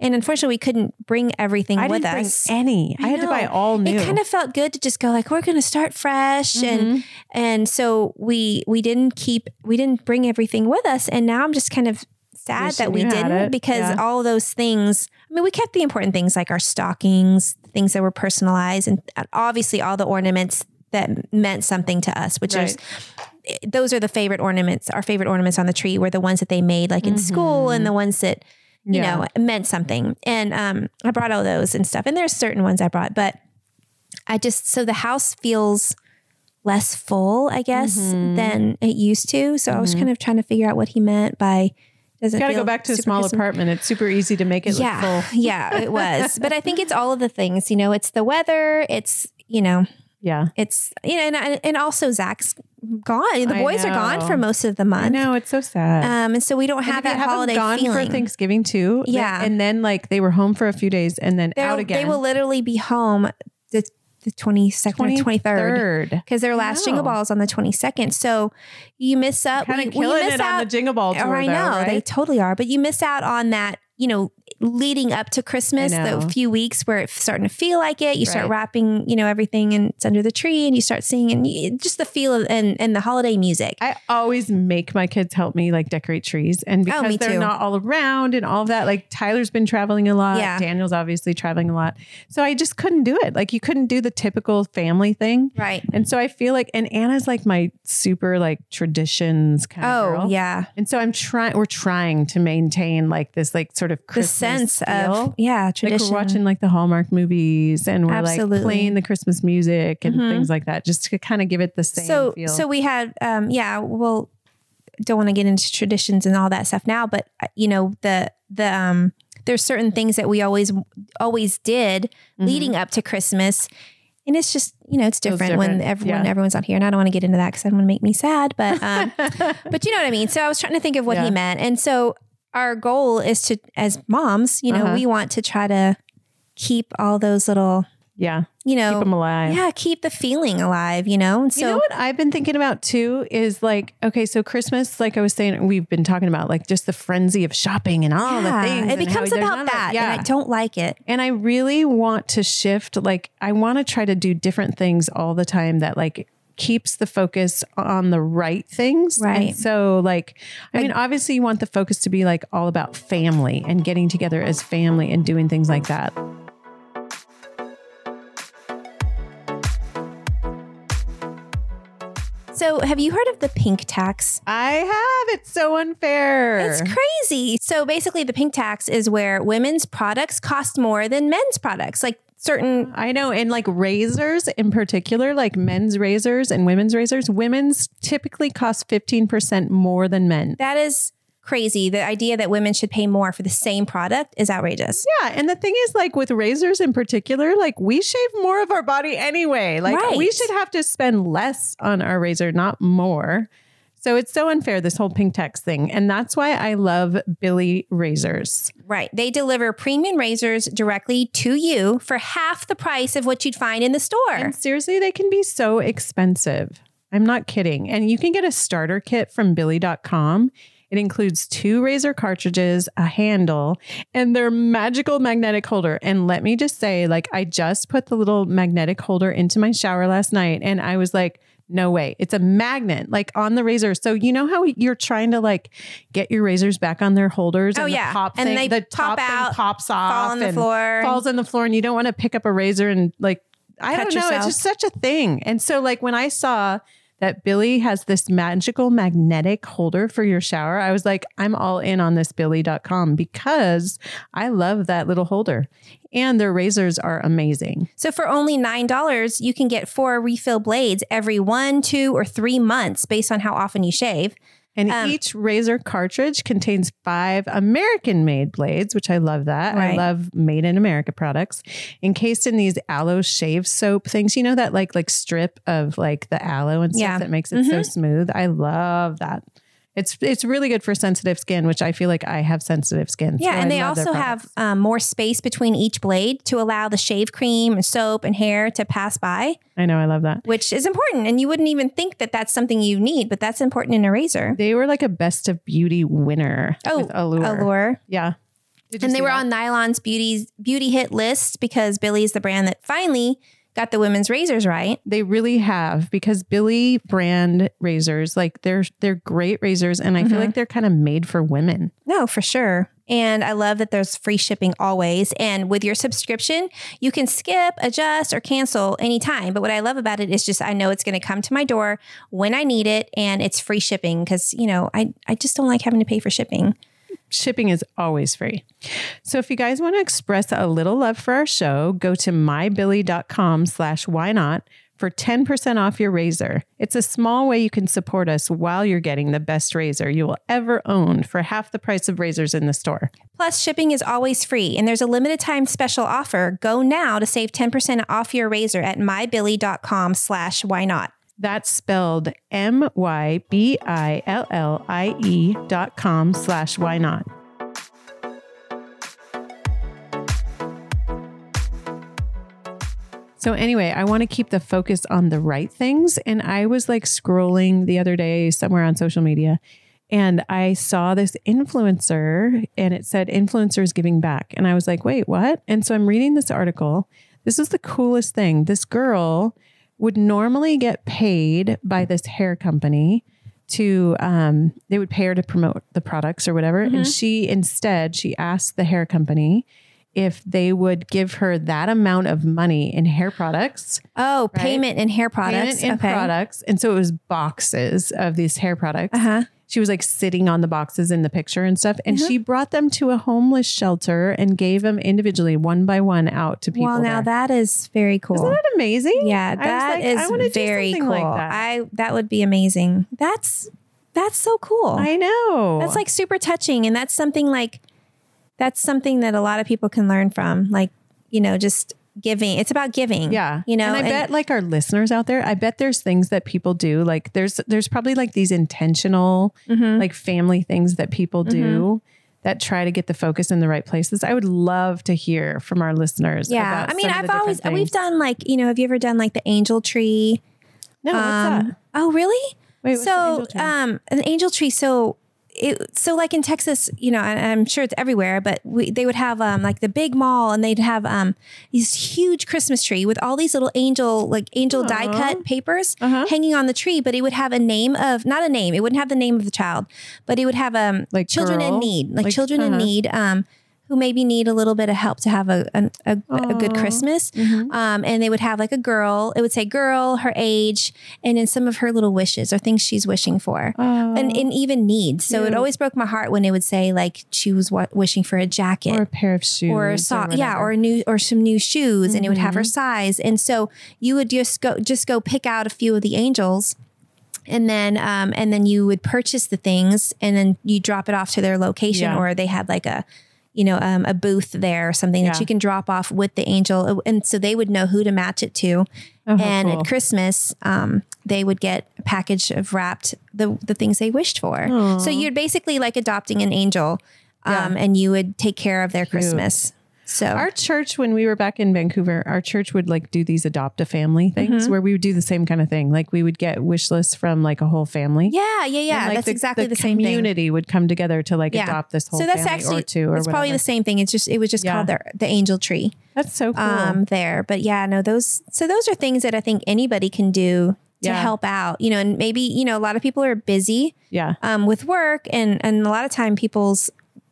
Speaker 1: and unfortunately, we couldn't bring everything
Speaker 2: I
Speaker 1: with
Speaker 2: didn't bring
Speaker 1: us.
Speaker 2: any. I,
Speaker 1: I
Speaker 2: had to buy
Speaker 1: know.
Speaker 2: all new.
Speaker 1: It kind of felt good to just go like, "We're going to start fresh," and
Speaker 2: Mhm.
Speaker 1: and so we we didn't keep we didn't bring everything with us and now I'm just kind of sad
Speaker 2: Wish
Speaker 1: that we
Speaker 2: you had
Speaker 1: didn't
Speaker 2: it,
Speaker 1: because
Speaker 2: yeah.
Speaker 1: all those things I mean we kept the important things like our stockings, things that were personalized and uh, obviously all the ornaments that meant something to us which is eh, those are the favorite ornaments our favorite ornaments on the tree were the ones that they made like in school and the ones that you
Speaker 2: Mm-hmm. Yeah.
Speaker 1: know meant something and um I brought all those and stuff and there's certain ones I brought but I just so the house feels less full, I guess,
Speaker 2: Mm-hmm.
Speaker 1: than it used to. So I was kind of trying to figure out what he meant by doesn't
Speaker 2: Got to
Speaker 1: feel
Speaker 2: Mm-hmm. go back to a
Speaker 1: super
Speaker 2: small
Speaker 1: Christmas-
Speaker 2: apartment. It's super easy to make it
Speaker 1: Yeah,
Speaker 2: look full.
Speaker 1: yeah, it was. But I think it's all of the things. You know, it's the weather. It's you know,
Speaker 2: Yeah.
Speaker 1: it's you know, and and also Zach's gone. The
Speaker 2: I
Speaker 1: boys are gone
Speaker 2: know.
Speaker 1: for most of the
Speaker 2: I
Speaker 1: month.
Speaker 2: know. It's so sad.
Speaker 1: Um, and so we don't
Speaker 2: And
Speaker 1: have
Speaker 2: if you
Speaker 1: that
Speaker 2: them
Speaker 1: holiday
Speaker 2: gone
Speaker 1: feeling.
Speaker 2: for Thanksgiving too. they-
Speaker 1: Yeah.
Speaker 2: and then like they were home for a few days and then
Speaker 1: They'll-
Speaker 2: out again.
Speaker 1: They will literally be home the the twenty second or twenty third. because their last jingle
Speaker 2: know.
Speaker 1: balls on the 22nd. So you miss up.
Speaker 2: Kind
Speaker 1: we-
Speaker 2: of
Speaker 1: we
Speaker 2: killing
Speaker 1: miss
Speaker 2: it
Speaker 1: out,
Speaker 2: on the jingle ball tour.
Speaker 1: Oh, I
Speaker 2: though,
Speaker 1: know they
Speaker 2: right?
Speaker 1: totally are, but you miss out on that. You know, leading up to Christmas,
Speaker 2: I know.
Speaker 1: the few weeks where it's starting to feel like it. You start
Speaker 2: Right.
Speaker 1: wrapping, you know, everything, and it's under the tree, and you start seeing, and you, just the feel of, and and the holiday music.
Speaker 2: I always make my kids help me like decorate trees, and because
Speaker 1: Oh, me
Speaker 2: they're
Speaker 1: too.
Speaker 2: not all around and all of that, like Tyler's been traveling a lot.
Speaker 1: Yeah.
Speaker 2: Daniel's obviously traveling a lot, so I just couldn't do it. Like you couldn't do the typical family thing.
Speaker 1: right.
Speaker 2: And so I feel like, and Anna's like my super like traditions kind of
Speaker 1: Oh
Speaker 2: girl.
Speaker 1: yeah,
Speaker 2: And so I'm trying, we're trying to maintain like this, like sort of Christmas
Speaker 1: the sense of
Speaker 2: feel.
Speaker 1: yeah
Speaker 2: like
Speaker 1: tradition.
Speaker 2: we're watching like the Hallmark movies and we're
Speaker 1: Absolutely.
Speaker 2: like playing the Christmas music and
Speaker 1: Mhm.
Speaker 2: things like that, just to kind of give it the same
Speaker 1: so
Speaker 2: feel.
Speaker 1: so we had um yeah well don't want to get into traditions and all that stuff now but uh, you know the the um there's certain things that we always always did
Speaker 2: Mhm.
Speaker 1: leading up to christmas and it's just you know it's
Speaker 2: Feels
Speaker 1: different, when
Speaker 2: different,
Speaker 1: everyone
Speaker 2: yeah.
Speaker 1: everyone's on here and i don't want to get into that because i don't want to make me sad but um but you know what i mean so i was trying to think of what
Speaker 2: Yeah.
Speaker 1: he meant and so our goal is to as moms you know
Speaker 2: Uh-huh.
Speaker 1: we want to try to keep all those little
Speaker 2: yeah,
Speaker 1: you
Speaker 2: keep them
Speaker 1: know
Speaker 2: alive.
Speaker 1: yeah keep the feeling alive you know and so
Speaker 2: you know what I've been thinking about too is like, okay, so Christmas, like I was saying, we've been talking about like just the frenzy of shopping and all the things.
Speaker 1: It
Speaker 2: and how
Speaker 1: becomes
Speaker 2: there's
Speaker 1: about
Speaker 2: not a-
Speaker 1: that.
Speaker 2: Yeah.
Speaker 1: And I don't like it.
Speaker 2: And I really want to shift, like, I want to try to do different things all the time that, like, keeps the focus on the right things.
Speaker 1: Right.
Speaker 2: And so, like, I mean, obviously, you want the focus to be like all about family and getting together as family and doing things like that.
Speaker 1: So, have you heard of the pink tax?
Speaker 2: I have. It's so unfair.
Speaker 1: It's crazy. So, basically, the pink tax is where women's products cost more than men's products. Like certain,
Speaker 2: I know. And like razors in particular, like men's razors and women's razors, women's typically cost 15% more than men.
Speaker 1: that is crazy. The idea that women should pay more for the same product is outrageous.
Speaker 2: Yeah, and the thing is, like with razors in particular, like we shave more of our body anyway. Like we
Speaker 1: Right.
Speaker 2: should have to spend less on our razor, not more. So it's so unfair this whole pink tax thing, and that's why I love Billy razors.
Speaker 1: Right. They deliver premium razors directly to you for half the price of what you'd find in the store.
Speaker 2: And seriously, they can be so expensive. I'm not kidding. And you can get a starter kit from Billy.com. It includes two razor cartridges, a handle, and their magical magnetic holder. And let me just say, like, I just put the little magnetic holder into my shower last night and I was like, no way. It's a magnet, like on the razor. So you know how you're trying to like get your razors back on their holders.
Speaker 1: Oh,
Speaker 2: and
Speaker 1: yeah.
Speaker 2: the pop
Speaker 1: And
Speaker 2: thing,
Speaker 1: they
Speaker 2: the
Speaker 1: pop
Speaker 2: top thing
Speaker 1: out,
Speaker 2: pops off,
Speaker 1: Fall on the
Speaker 2: and
Speaker 1: floor.
Speaker 2: falls on the floor, and you don't want to pick up a razor and like I
Speaker 1: Cut
Speaker 2: don't know.
Speaker 1: yourself.
Speaker 2: It's just such a thing. And so like when I saw that Billy has this magical magnetic holder for your shower, I was like, I'm all in on this Billy.com because I love that little holder, and their razors are amazing.
Speaker 1: So for only $9, you can get four refill blades every one, two, or three months based on how often you shave.
Speaker 2: And
Speaker 1: Um,
Speaker 2: each razor cartridge contains five American made blades, which I love that.
Speaker 1: Right.
Speaker 2: I love made in America products encased in these aloe shave soap things. You know that like like strip of like the aloe and stuff
Speaker 1: Yeah. Mm-hmm.
Speaker 2: that makes it so smooth. I love that. It's it's really good for sensitive skin, which I feel like I have sensitive skin. so
Speaker 1: Yeah, and
Speaker 2: I
Speaker 1: they
Speaker 2: love their
Speaker 1: also
Speaker 2: products.
Speaker 1: have um, more space between each blade to allow the shave cream and soap and hair to pass by,
Speaker 2: I know I love that.
Speaker 1: which is important. And you wouldn't even think that that's something you need, but that's important in a razor.
Speaker 2: They were like a best of beauty winner.
Speaker 1: Oh,
Speaker 2: with Allure.
Speaker 1: Allure.
Speaker 2: Yeah. Did you
Speaker 1: And they
Speaker 2: see
Speaker 1: were
Speaker 2: that?
Speaker 1: on Nylon's beauty beauty hit list because Billy's the brand that finally got the women's razors right.
Speaker 2: They really have because Billy brand razors, like they're they're great razors, and I feel
Speaker 1: Mhm.
Speaker 2: like they're kind of made for women.
Speaker 1: No, for sure. And I love that there's free shipping always. And with your subscription, you can skip, adjust, or cancel anytime. But what I love about it is just I know it's going to come to my door when I need it and it's free shipping because, you know, I, I just don't like having to pay for shipping.
Speaker 2: Shipping is always free. So if you guys want to express a little love for our show, go to mybilly.com slash why not for 10% off your razor. It's a small way you can support us while you're getting the best razor you will ever own for half the price of razors in the store.
Speaker 1: Plus, shipping is always free, and there's a limited time special offer. Go now to save 10% off your razor at mybilly.com slash why not.
Speaker 2: That's spelled M Y B I L L I E dot com slash why not. So, anyway, I want to keep the focus on the right things. And I was like scrolling the other day somewhere on social media and I saw this influencer and it said influencers giving back. And I was like, wait, what? And so I'm reading this article. This is the coolest thing. This girl would normally get paid by this hair company to um, they would pay her to promote the products or whatever
Speaker 1: Mm-hmm.
Speaker 2: and she instead she asked the hair company if they would give her that amount of money in hair products
Speaker 1: Oh,
Speaker 2: Right?
Speaker 1: payment in hair products.
Speaker 2: and in products and so it was boxes of these hair products
Speaker 1: Uh-huh. Mm-hmm.
Speaker 2: she was like sitting on the boxes in the picture and stuff and she brought them to a homeless shelter and gave them individually one by one out to people
Speaker 1: Well, now
Speaker 2: there.
Speaker 1: that is very cool.
Speaker 2: isn't that amazing
Speaker 1: Yeah,
Speaker 2: was
Speaker 1: that
Speaker 2: like,
Speaker 1: is
Speaker 2: I wanna do
Speaker 1: very cool.
Speaker 2: something like that.
Speaker 1: I that would be amazing. That's that's so cool.
Speaker 2: i know
Speaker 1: that's like super touching, and that's something like that's something that a lot of people can learn from. Like you know, just giving. It's about giving.
Speaker 2: Yeah.
Speaker 1: you know.
Speaker 2: and I
Speaker 1: and-
Speaker 2: bet like our listeners out there, I bet there's things that people do. Like there's there's probably like these intentional
Speaker 1: Mm-hmm.
Speaker 2: like family things that people do that try to get the focus in the right places. I would love to hear from our listeners.
Speaker 1: yeah,
Speaker 2: about
Speaker 1: I mean,
Speaker 2: some of the
Speaker 1: I've
Speaker 2: different
Speaker 1: always
Speaker 2: things.
Speaker 1: we've done like you know. Have you ever done like the angel tree?
Speaker 2: no. What's
Speaker 1: Um,
Speaker 2: that?
Speaker 1: Oh, really?
Speaker 2: Wait, what's
Speaker 1: so
Speaker 2: the angel tree?
Speaker 1: um, an angel tree. So it so like in Texas, you know, and I'm sure it's everywhere, but we, they would have um like the big mall, and they'd have um this huge Christmas tree with all these little angel like angel die cut papers
Speaker 2: Uh-huh.
Speaker 1: hanging on the tree, but it would have a name of not a name. It wouldn't have the name of the child, but it would have um
Speaker 2: Like
Speaker 1: children in
Speaker 2: girl?
Speaker 1: need, like,
Speaker 2: Like,
Speaker 1: children in
Speaker 2: uh-huh.
Speaker 1: need. Um. Who maybe need a little bit of help to have a an- a, a good
Speaker 2: Aw. Mm-hmm.
Speaker 1: Christmas, um, and they would have like a girl. It would say girl, her age, and then some of her little wishes or things she's wishing for,
Speaker 2: Oh.
Speaker 1: and, and even needs. So it
Speaker 2: Cute.
Speaker 1: always broke my heart when it would say like she was wa- wishing for a jacket
Speaker 2: or a pair of shoes
Speaker 1: or so yeah
Speaker 2: whatever. Mm-hmm.
Speaker 1: or a new or some new shoes and it would have her size and so you would just go just go pick out a few of the angels and then um and then you would purchase the things and then you drop it off to their location
Speaker 2: Yeah.
Speaker 1: or they had like a you know um, a booth there or something that
Speaker 2: Yeah.
Speaker 1: you can drop off with the angel uh, and so they would know who to match it to
Speaker 2: Oh, how
Speaker 1: and
Speaker 2: cool.
Speaker 1: at christmas um they would get a package of wrapped the the things they wished for so you're basically like adopting an angel um, and you would take care of their Christmas. So
Speaker 2: Our church, when we were back in Vancouver, our church would like do these adopt a family things
Speaker 1: Mhm.
Speaker 2: where we would do the same kind of thing. Like we would get wish lists from like a whole family.
Speaker 1: yeah, yeah, yeah.
Speaker 2: And, like,
Speaker 1: that's exactly the, same
Speaker 2: community
Speaker 1: thing.
Speaker 2: would come together to like
Speaker 1: Yeah.
Speaker 2: adopt this whole
Speaker 1: So that's
Speaker 2: family or
Speaker 1: actually-
Speaker 2: two or
Speaker 1: It's probably the
Speaker 2: whatever.
Speaker 1: same thing. It's just it was just
Speaker 2: Yeah.
Speaker 1: called the the angel tree.
Speaker 2: That's so cool.
Speaker 1: um there but yeah no those so those are things that i think anybody can do to
Speaker 2: Yeah.
Speaker 1: help out you know and maybe you know a lot of people are busy
Speaker 2: yeah.
Speaker 1: um with work and and a lot of time people's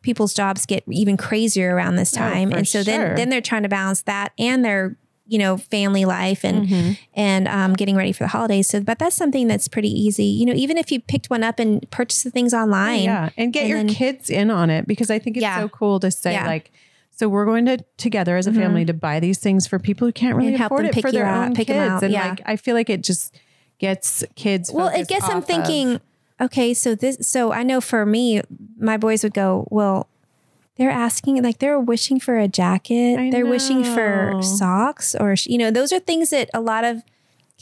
Speaker 1: people's jobs get even crazier around this
Speaker 2: Oh,
Speaker 1: time
Speaker 2: for
Speaker 1: and so
Speaker 2: sure.
Speaker 1: then then they're trying to balance that and their you know family life and
Speaker 2: Mhm.
Speaker 1: and um, getting ready for the holidays so but that's something that's pretty easy you know even if you picked one up and purchased the
Speaker 2: Oh,
Speaker 1: things online
Speaker 2: Yeah. And get
Speaker 1: And
Speaker 2: your
Speaker 1: then-
Speaker 2: kids in on it because I think it's
Speaker 1: Yeah.
Speaker 2: so cool to say
Speaker 1: Yeah.
Speaker 2: like, so we're going to together as a
Speaker 1: Mhm.
Speaker 2: family to buy these things for people who can't really
Speaker 1: And help
Speaker 2: afford
Speaker 1: them
Speaker 2: it
Speaker 1: pick
Speaker 2: for their
Speaker 1: you out-
Speaker 2: own
Speaker 1: pick 'em
Speaker 2: kids.
Speaker 1: out,
Speaker 2: And
Speaker 1: yeah.
Speaker 2: like, I feel like it just gets kids.
Speaker 1: Well, it
Speaker 2: focused
Speaker 1: gets them
Speaker 2: off of-
Speaker 1: thinking, okay, so this, so I know for me, my boys would go, well, they're asking, like, they're wishing for a jacket.
Speaker 2: I
Speaker 1: they're wishing for
Speaker 2: know.
Speaker 1: socks or, sh- you know, those are things that a lot of
Speaker 2: You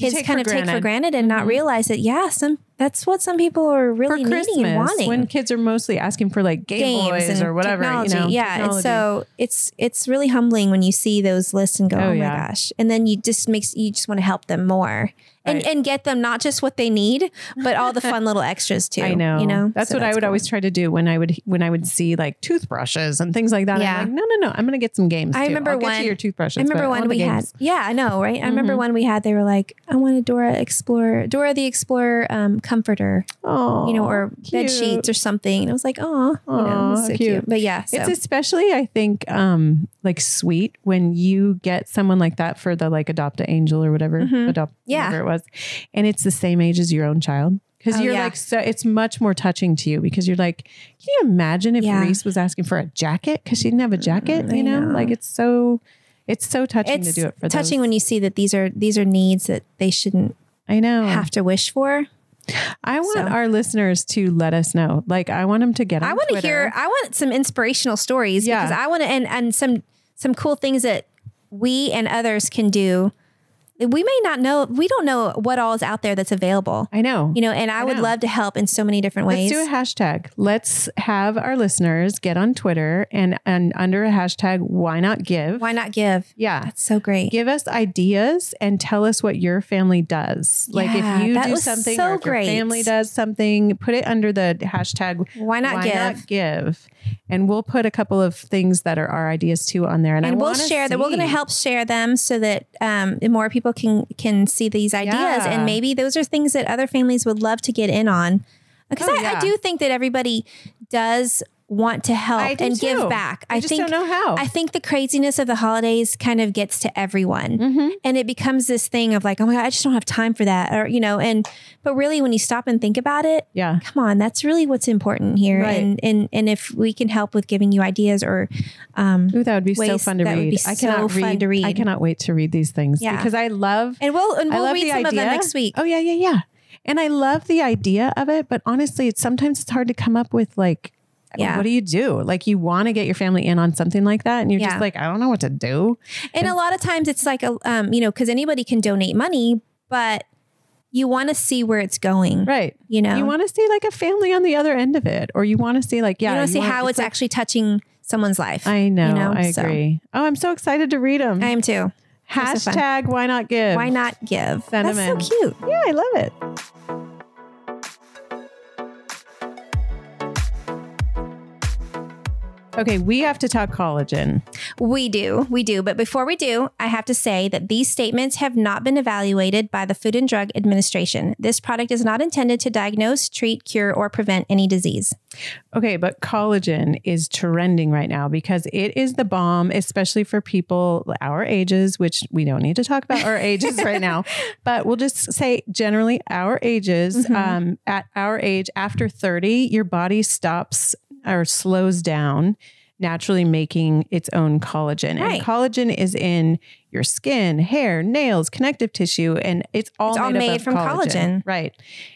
Speaker 1: kids
Speaker 2: take
Speaker 1: kind
Speaker 2: for
Speaker 1: of take for
Speaker 2: granted. Mm-hmm.
Speaker 1: granted and not realize that, yeah, some, that's what some people are
Speaker 2: for
Speaker 1: really needing and
Speaker 2: Christmas
Speaker 1: wanting.
Speaker 2: when kids are mostly asking for like Game
Speaker 1: Games
Speaker 2: Boys
Speaker 1: and
Speaker 2: or whatever,
Speaker 1: technology.
Speaker 2: you know.
Speaker 1: yeah.
Speaker 2: technology.
Speaker 1: And so it's it's really humbling when you see those lists and go,
Speaker 2: Oh,
Speaker 1: oh, my
Speaker 2: yeah.
Speaker 1: gosh. And then you just makes you just want to help them more and
Speaker 2: Right.
Speaker 1: and get them not just what they need, but all the fun little extras too.
Speaker 2: I know.
Speaker 1: You know,
Speaker 2: that's
Speaker 1: So
Speaker 2: what I would
Speaker 1: cool.
Speaker 2: always try to do when I would when I would see like toothbrushes and things like that.
Speaker 1: Yeah.
Speaker 2: I'm like, no, no, no. I'm gonna get some games.
Speaker 1: I
Speaker 2: too.
Speaker 1: remember
Speaker 2: I'll get
Speaker 1: one-
Speaker 2: you your toothbrushes.
Speaker 1: I
Speaker 2: but
Speaker 1: remember
Speaker 2: want
Speaker 1: one
Speaker 2: the
Speaker 1: we had.
Speaker 2: games.
Speaker 1: Yeah, I know, right? I remember
Speaker 2: Mhm.
Speaker 1: one we had. They were like, "I want a Dora Explorer, Dora the Explorer um, comforter,
Speaker 2: Oh,
Speaker 1: you know, or bed
Speaker 2: cute.
Speaker 1: sheets or something." And I was like, "Oh, you know,
Speaker 2: Aw,
Speaker 1: so cute.
Speaker 2: cute.
Speaker 1: But yeah, so.
Speaker 2: It's especially, I think, um, like sweet when you get someone like that for the like adopt a angel or whatever,
Speaker 1: Mhm.
Speaker 2: adopt
Speaker 1: Yeah.
Speaker 2: whatever it was, and it's the same age as your own child because
Speaker 1: Oh,
Speaker 2: you're
Speaker 1: yeah.
Speaker 2: like so. It's much more touching to you because you're like, can you imagine if
Speaker 1: Yeah.
Speaker 2: Reese was asking for a jacket because she didn't have a jacket?
Speaker 1: Mm, I
Speaker 2: you know?
Speaker 1: know.
Speaker 2: like it's so, it's so touching
Speaker 1: it's
Speaker 2: to do it for
Speaker 1: touching
Speaker 2: Those.
Speaker 1: when you see that these are these are needs that they shouldn't
Speaker 2: I know.
Speaker 1: have to wish for.
Speaker 2: I want
Speaker 1: so.
Speaker 2: our listeners to let us know. Like, I want them to get. On
Speaker 1: I want to
Speaker 2: Twitter.
Speaker 1: hear. I want some inspirational stories
Speaker 2: Yeah.
Speaker 1: because I want to and and some some cool things that we and others can do. We may not know. We don't know what all is out there that's available.
Speaker 2: I know.
Speaker 1: You know, and I, would
Speaker 2: know.
Speaker 1: love to help in so many different ways.
Speaker 2: Let's do a hashtag. Let's have our listeners get on Twitter and, and under a hashtag, why not give?
Speaker 1: Why not give?
Speaker 2: Yeah.
Speaker 1: That's so great.
Speaker 2: Give us ideas and tell us what your family does. like if
Speaker 1: Yeah,
Speaker 2: you
Speaker 1: that
Speaker 2: do
Speaker 1: was
Speaker 2: something
Speaker 1: so
Speaker 2: or if
Speaker 1: great.
Speaker 2: your family does something, put it under the hashtag
Speaker 1: Why not give?
Speaker 2: give? And we'll put a couple of things that are our ideas too on there. And, I
Speaker 1: and we'll
Speaker 2: wanna
Speaker 1: share that. We're going to
Speaker 2: see.
Speaker 1: help share them so that um, more people can can see these ideas,
Speaker 2: Yeah.
Speaker 1: and maybe those are things that other families would love to get in on. Because
Speaker 2: Oh,
Speaker 1: I,
Speaker 2: yeah.
Speaker 1: I do think that everybody does want to help
Speaker 2: I do
Speaker 1: and give
Speaker 2: too.
Speaker 1: back.
Speaker 2: I,
Speaker 1: I,
Speaker 2: just
Speaker 1: think
Speaker 2: don't know how.
Speaker 1: I think the craziness of the holidays kind of gets to everyone.
Speaker 2: Mhm.
Speaker 1: And it becomes this thing of like, oh my God, I just don't have time for that. Or, you know, and, but really when you stop and think about it,
Speaker 2: Yeah.
Speaker 1: come on, that's really what's important here.
Speaker 2: Right.
Speaker 1: And, and, and if we can help with giving you ideas or, um,
Speaker 2: Ooh, that would be so
Speaker 1: ways-
Speaker 2: fun to
Speaker 1: that would
Speaker 2: read.
Speaker 1: be
Speaker 2: I cannot
Speaker 1: so
Speaker 2: read.
Speaker 1: fun to
Speaker 2: I
Speaker 1: read.
Speaker 2: cannot wait to read these things
Speaker 1: Yeah.
Speaker 2: because I love
Speaker 1: and we'll, and
Speaker 2: I
Speaker 1: we'll
Speaker 2: love
Speaker 1: read
Speaker 2: the
Speaker 1: some of them
Speaker 2: idea.
Speaker 1: next week.
Speaker 2: Oh yeah, yeah, yeah. And I love the idea of it, but honestly, it's sometimes it's hard to come up with like
Speaker 1: Yeah.
Speaker 2: what do you do? Like you want to get your family in on something like that and you're
Speaker 1: Yeah.
Speaker 2: just like I don't know what to do.
Speaker 1: And a lot of times it's like, a, um, you know, cause anybody can donate money, but you want to see where it's going,
Speaker 2: Right.
Speaker 1: you know,
Speaker 2: You want to see like a family on the other end of it or you want to see like yeah,
Speaker 1: you want to see
Speaker 2: want-
Speaker 1: how it's,
Speaker 2: like-
Speaker 1: actually touching someone's life.
Speaker 2: I know,
Speaker 1: you know,
Speaker 2: I
Speaker 1: so.
Speaker 2: agree. Oh, I'm so excited to read them.
Speaker 1: I am too. they're so fun.
Speaker 2: Hashtag why not give?
Speaker 1: Why not give?
Speaker 2: Send
Speaker 1: That's
Speaker 2: 'em
Speaker 1: so cute.
Speaker 2: Yeah, I love it. Okay, we have to talk collagen.
Speaker 1: We do, we do. But before we do, I have to say that these statements have not been evaluated by the Food and Drug Administration. This product is not intended to diagnose, treat, cure, or prevent any disease.
Speaker 2: Okay, but collagen is trending right now because it is the bomb, especially for people our ages, which we don't need to talk about our ages right now, but we'll just say generally our ages,
Speaker 1: Mhm.
Speaker 2: um, at our age after 30, your body stops or slows down naturally making its own collagen.
Speaker 1: Right.
Speaker 2: And collagen is in your skin, hair, nails, connective tissue, and it's all,
Speaker 1: It's all
Speaker 2: made, up
Speaker 1: made
Speaker 2: of
Speaker 1: from collagen.
Speaker 2: Right.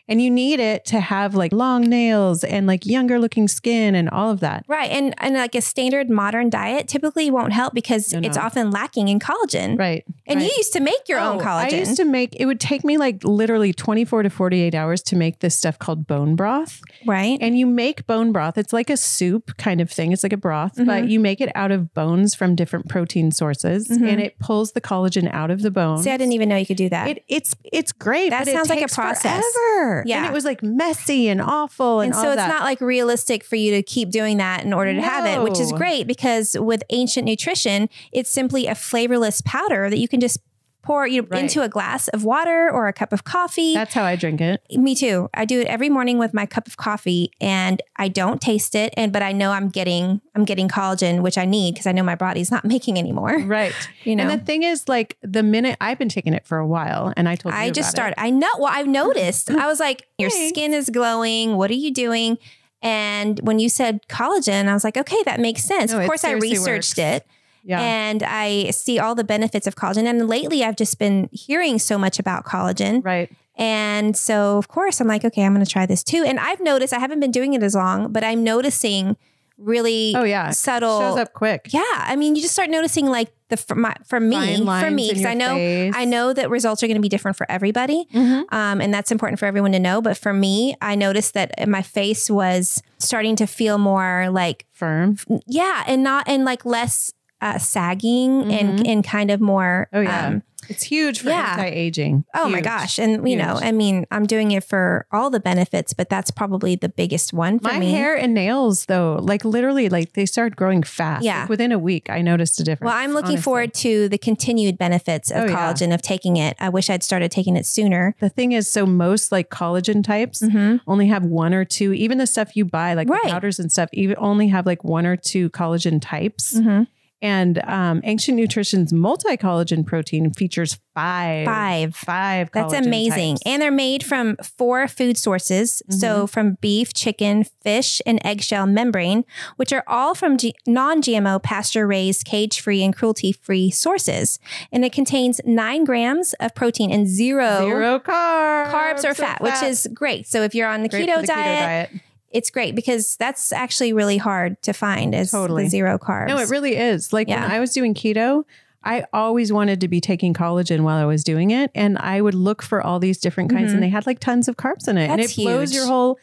Speaker 2: And you need it to have like long nails and like younger looking skin and all of that.
Speaker 1: Right. And and like a standard modern diet typically won't help because
Speaker 2: No, no.
Speaker 1: it's often lacking in collagen.
Speaker 2: Right.
Speaker 1: And you
Speaker 2: Right.
Speaker 1: used to make your own
Speaker 2: Oh,
Speaker 1: collagen.
Speaker 2: I used to make it would take me like literally 24 to 48 hours to make this stuff called bone broth.
Speaker 1: right?
Speaker 2: And you make bone broth. It's like a soup kind of thing. It's like a broth, but you make it out of bones from different protein sources
Speaker 1: Mhm.
Speaker 2: and it pulls the collagen out of the bone.
Speaker 1: See, I didn't even know you could do that.
Speaker 2: It, it's it's great.
Speaker 1: That
Speaker 2: but it
Speaker 1: sounds like a
Speaker 2: takes
Speaker 1: process.
Speaker 2: Forever.
Speaker 1: Yeah.
Speaker 2: and it was like messy and awful, and,
Speaker 1: and so
Speaker 2: all
Speaker 1: it's
Speaker 2: that.
Speaker 1: not like realistic for you to keep doing that in order to have it, which is
Speaker 2: No.
Speaker 1: great because with ancient nutrition, it's simply a flavorless powder that you can just pour you know,
Speaker 2: Right.
Speaker 1: into a glass of water or a cup of coffee.
Speaker 2: That's how I drink it.
Speaker 1: Me too. I do it every morning with my cup of coffee and I don't taste it and but I know I'm getting I'm getting collagen which I need because I know my body's not making anymore,
Speaker 2: Right.
Speaker 1: you know.
Speaker 2: And the thing is, like the minute I've been taking it for a while, and I told
Speaker 1: I
Speaker 2: you
Speaker 1: just
Speaker 2: about it.
Speaker 1: started. I know. Well, I've noticed. I was like, your
Speaker 2: Thanks.
Speaker 1: skin is glowing. What are you doing? And when you said collagen, I was like, okay, that makes sense.
Speaker 2: No,
Speaker 1: of
Speaker 2: it
Speaker 1: course, I
Speaker 2: seriously
Speaker 1: researched
Speaker 2: works.
Speaker 1: it
Speaker 2: Yeah.
Speaker 1: and I see all the benefits of collagen. And lately, I've just been hearing so much about collagen.
Speaker 2: right.
Speaker 1: And so, of course, I'm like, okay, I'm going to try this too. And I've noticed, I haven't been doing it as long, but I'm noticing really
Speaker 2: Oh yeah.
Speaker 1: subtle.
Speaker 2: Shows up quick.
Speaker 1: Yeah, I mean, you just start noticing like the for, my, for me,
Speaker 2: Fine
Speaker 1: for
Speaker 2: lines
Speaker 1: me,
Speaker 2: in
Speaker 1: because
Speaker 2: your
Speaker 1: I know
Speaker 2: face.
Speaker 1: I know that results are going to be different for everybody,
Speaker 2: Mhm.
Speaker 1: um, and that's important for everyone to know. But for me, I noticed that my face was starting to feel more like
Speaker 2: Firm.
Speaker 1: yeah, and not and like less uh, sagging and
Speaker 2: Mhm.
Speaker 1: and kind of more
Speaker 2: Oh, yeah.
Speaker 1: um,
Speaker 2: It's huge for
Speaker 1: Yeah.
Speaker 2: anti-aging.
Speaker 1: Oh my
Speaker 2: Huge.
Speaker 1: gosh. And you know,
Speaker 2: Huge.
Speaker 1: I mean, I'm doing it for all the benefits, but that's probably the biggest one for
Speaker 2: My
Speaker 1: me.
Speaker 2: hair and nails, though, like literally, like they started growing fast.
Speaker 1: Yeah.
Speaker 2: Like, within a week, I noticed a difference.
Speaker 1: well, I'm looking
Speaker 2: honestly.
Speaker 1: forward to the continued benefits of
Speaker 2: Oh, yeah.
Speaker 1: collagen of taking it. I wish I'd started taking it sooner.
Speaker 2: The thing is, so most like collagen types
Speaker 1: Mhm.
Speaker 2: only have one or two. Even the stuff you buy, like
Speaker 1: Right.
Speaker 2: the powders and stuff, even only have like one or two collagen types.
Speaker 1: Mhm.
Speaker 2: And um, Ancient Nutrition's multi collagen protein features five,
Speaker 1: Five.
Speaker 2: five
Speaker 1: That's
Speaker 2: collagen
Speaker 1: amazing.
Speaker 2: types. Mm-hmm.
Speaker 1: And they're made from four food sources. So, from beef, chicken, fish, and eggshell membrane, which are all from G- non GMO, pasture raised, cage free, and cruelty free sources. And it contains nine grams of protein and
Speaker 2: zero carbs,
Speaker 1: oh, carbs or fat, which is great. So if you're on the,
Speaker 2: Great
Speaker 1: keto,
Speaker 2: for the
Speaker 1: diet, it's great because that's actually really hard to find is
Speaker 2: Totally.
Speaker 1: the zero carbs.
Speaker 2: No, it really is. Like
Speaker 1: Yeah.
Speaker 2: when I was doing keto, I always wanted to be taking collagen while I was doing it. And I would look for all these different kinds, and they had like tons of carbs in it. and it
Speaker 1: Mm-hmm. That's
Speaker 2: blows
Speaker 1: huge.
Speaker 2: your whole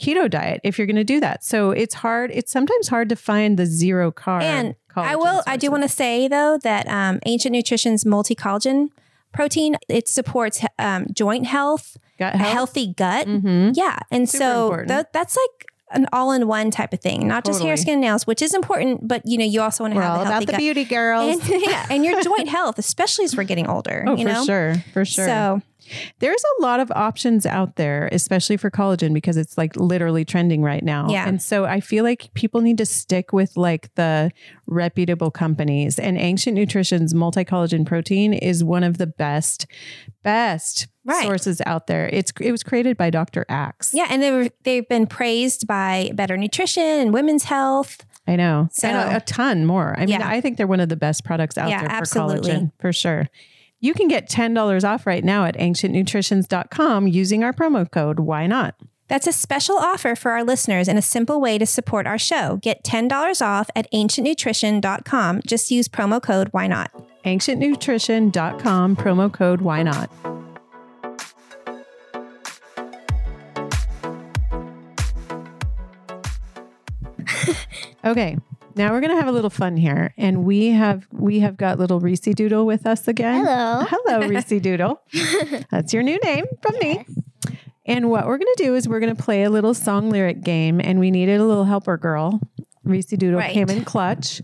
Speaker 2: keto diet if you're going to do that. So it's hard. It's sometimes hard to find the zero carb.
Speaker 1: and I will. I do want to say though that um, Ancient Nutrition's multi collagen protein it supports um, joint health,
Speaker 2: gut
Speaker 1: a
Speaker 2: health.
Speaker 1: healthy gut.
Speaker 2: Mhm.
Speaker 1: Yeah, and
Speaker 2: Super
Speaker 1: so
Speaker 2: important.
Speaker 1: tha- that's like an all-in-one type of thing, not just hair,
Speaker 2: Totally.
Speaker 1: skin, and nails, which is important. But you know, you also want to
Speaker 2: We're
Speaker 1: have
Speaker 2: all
Speaker 1: a
Speaker 2: about
Speaker 1: healthy
Speaker 2: the
Speaker 1: gut.
Speaker 2: beauty girls.
Speaker 1: and, yeah, and your joint health, especially as we're getting older.
Speaker 2: oh,
Speaker 1: you
Speaker 2: for
Speaker 1: know?
Speaker 2: sure. For sure.
Speaker 1: So
Speaker 2: There's a lot of options out there, especially for collagen, because it's like literally trending right now.
Speaker 1: Yeah.
Speaker 2: And so I feel like people need to stick with like the reputable companies. And Ancient Nutrition's multi collagen protein is one of the best, best
Speaker 1: Right.
Speaker 2: sources out there. It's it was created by Dr. Axe.
Speaker 1: Yeah, and they were, they've been praised by Better Nutrition and Women's Health.
Speaker 2: I know.
Speaker 1: So-
Speaker 2: and a, a ton more. I mean,
Speaker 1: Yeah.
Speaker 2: I think they're one of the best products out
Speaker 1: Yeah,
Speaker 2: there for
Speaker 1: absolutely.
Speaker 2: collagen for sure. You can get $10 off right now at ancientnutritions.com using our promo code. Why not?
Speaker 1: That's a special offer for our listeners and a simple way to support our show. Get $10 off at ancientnutrition.com. Just use promo code why not.
Speaker 2: ancientnutrition.com promo code why not okay now we're gonna have a little fun here and we have we have got little reese doodle with us again
Speaker 4: Hello.
Speaker 2: hello reese doodle that's your new name from me and what we're gonna do is we're gonna play a little song lyric game and we needed a little helper girl reese doodle
Speaker 1: Right.
Speaker 2: came in clutch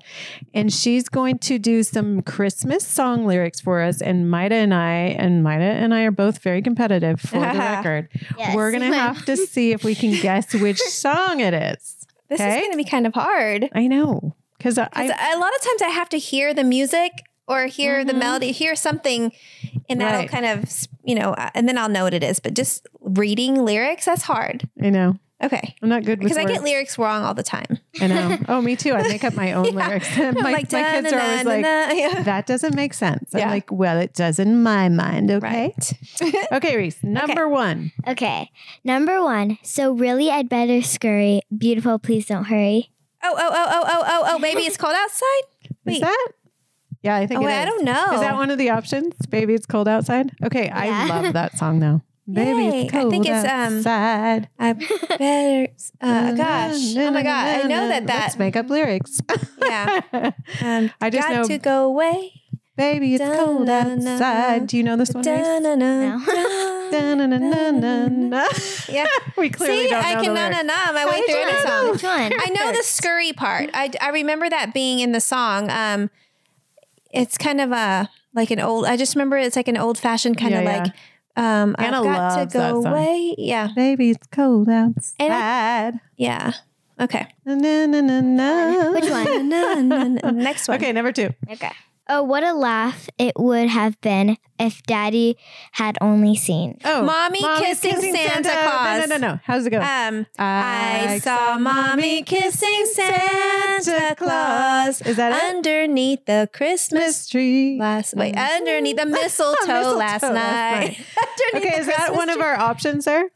Speaker 2: and she's going to do some Christmas song lyrics for us. And Maida and I, and Maida and I are both very competitive for the record.
Speaker 4: Yes.
Speaker 2: We're going to have to see if we can guess which song it is.
Speaker 1: This
Speaker 2: Okay.
Speaker 1: is going to be kind of hard.
Speaker 2: I know. Because I,
Speaker 1: 'Cause a lot of times I have to hear the music or hear the
Speaker 2: Mhm.
Speaker 1: melody, hear something, and that'll
Speaker 2: Right.
Speaker 1: kind of, you know, uh, and then I'll know what it is. But just reading lyrics, that's hard.
Speaker 2: I know.
Speaker 1: Okay.
Speaker 2: I'm not good with
Speaker 1: Because I get
Speaker 2: words.
Speaker 1: lyrics wrong all the time.
Speaker 2: I know. Oh, me too. I make up my own lyrics. my, my kids are always like,
Speaker 1: like,
Speaker 2: that doesn't make sense.
Speaker 1: Yeah.
Speaker 2: I'm like, well, it does in my mind. Okay.
Speaker 1: right.
Speaker 2: Okay, Reese. Number one.
Speaker 4: Okay. Number one. So really, I'd better scurry. Beautiful, please don't hurry.
Speaker 1: Oh, oh, oh, oh, oh, oh, oh, baby, it's cold outside.
Speaker 2: Is
Speaker 1: Wait.
Speaker 2: that? Yeah, I think
Speaker 1: Oh,
Speaker 2: it
Speaker 1: wait, I
Speaker 2: is.
Speaker 1: don't know.
Speaker 2: Is that one of the options? Baby, it's cold outside. Okay, I
Speaker 4: Yeah.
Speaker 2: love that song now. Baby,
Speaker 1: Yay. I
Speaker 2: it's cold
Speaker 1: think it's, um,
Speaker 2: outside.
Speaker 1: I better. Uh, gosh. Oh my God. I know that
Speaker 2: Let's
Speaker 1: that.
Speaker 2: make up lyrics.
Speaker 1: Yeah. Um,
Speaker 2: I just
Speaker 1: got
Speaker 2: know-
Speaker 1: to go away.
Speaker 2: Baby, it's cold
Speaker 1: Dun-dun-dun.
Speaker 2: outside. Do you know this one? Reese?
Speaker 1: Dun-dun-dun.
Speaker 2: Dun-dun-dun-dun-dun.
Speaker 1: Yeah.
Speaker 2: we clearly
Speaker 1: See,
Speaker 2: don't know
Speaker 1: I
Speaker 2: the
Speaker 1: can na
Speaker 2: lyrics.
Speaker 1: na na my way
Speaker 2: How
Speaker 1: through
Speaker 2: did
Speaker 1: any
Speaker 2: you
Speaker 1: song.
Speaker 4: Which one?
Speaker 1: I know the scurry part. I, I remember that being in the song. Um, it's kind of a like an old. I just remember it's like an old fashioned kind of
Speaker 2: Yeah,
Speaker 1: like. Um,
Speaker 2: Anna
Speaker 1: I've got
Speaker 2: loves
Speaker 1: to go
Speaker 2: that song.
Speaker 1: away. Yeah,
Speaker 2: Baby, it's cold
Speaker 1: And
Speaker 2: outside.
Speaker 1: yeah. Okay.
Speaker 2: Na-na-na-na.
Speaker 4: Which one?
Speaker 1: Na, na, na. Next one.
Speaker 2: Okay, number two.
Speaker 4: Okay. Oh, what a laugh it would have been if Daddy had only seen.
Speaker 2: Oh,
Speaker 1: Mommy kissing Santa Claus.
Speaker 2: No, no, no, no. How's it go?
Speaker 1: Um, I saw mommy kissing Santa Claus
Speaker 2: Is that it?
Speaker 1: underneath the Christmas
Speaker 2: Mystery.
Speaker 1: last wait underneath the mistletoe,
Speaker 2: Mistletoe
Speaker 1: last
Speaker 2: last
Speaker 1: night. Underneath
Speaker 2: Okay,
Speaker 1: the
Speaker 2: is that
Speaker 1: Christmas
Speaker 2: one of
Speaker 1: tree.
Speaker 2: our options, sir?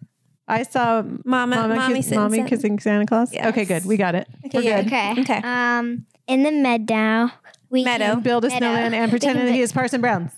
Speaker 2: I saw
Speaker 1: Mama,
Speaker 2: Mama,
Speaker 1: mommy,
Speaker 2: kiss,
Speaker 1: sitting
Speaker 2: mommy
Speaker 1: Santa-
Speaker 2: kissing Santa Claus.
Speaker 1: Yes.
Speaker 2: Okay, good. We got it.
Speaker 1: Okay,
Speaker 2: We're
Speaker 1: yeah.
Speaker 2: good.
Speaker 4: Okay.
Speaker 1: Okay.
Speaker 4: Um, in the meadow. We
Speaker 1: Meadow.
Speaker 4: can
Speaker 2: Build a
Speaker 4: Meadow.
Speaker 2: snowman and pretend that he is Parson Brown's.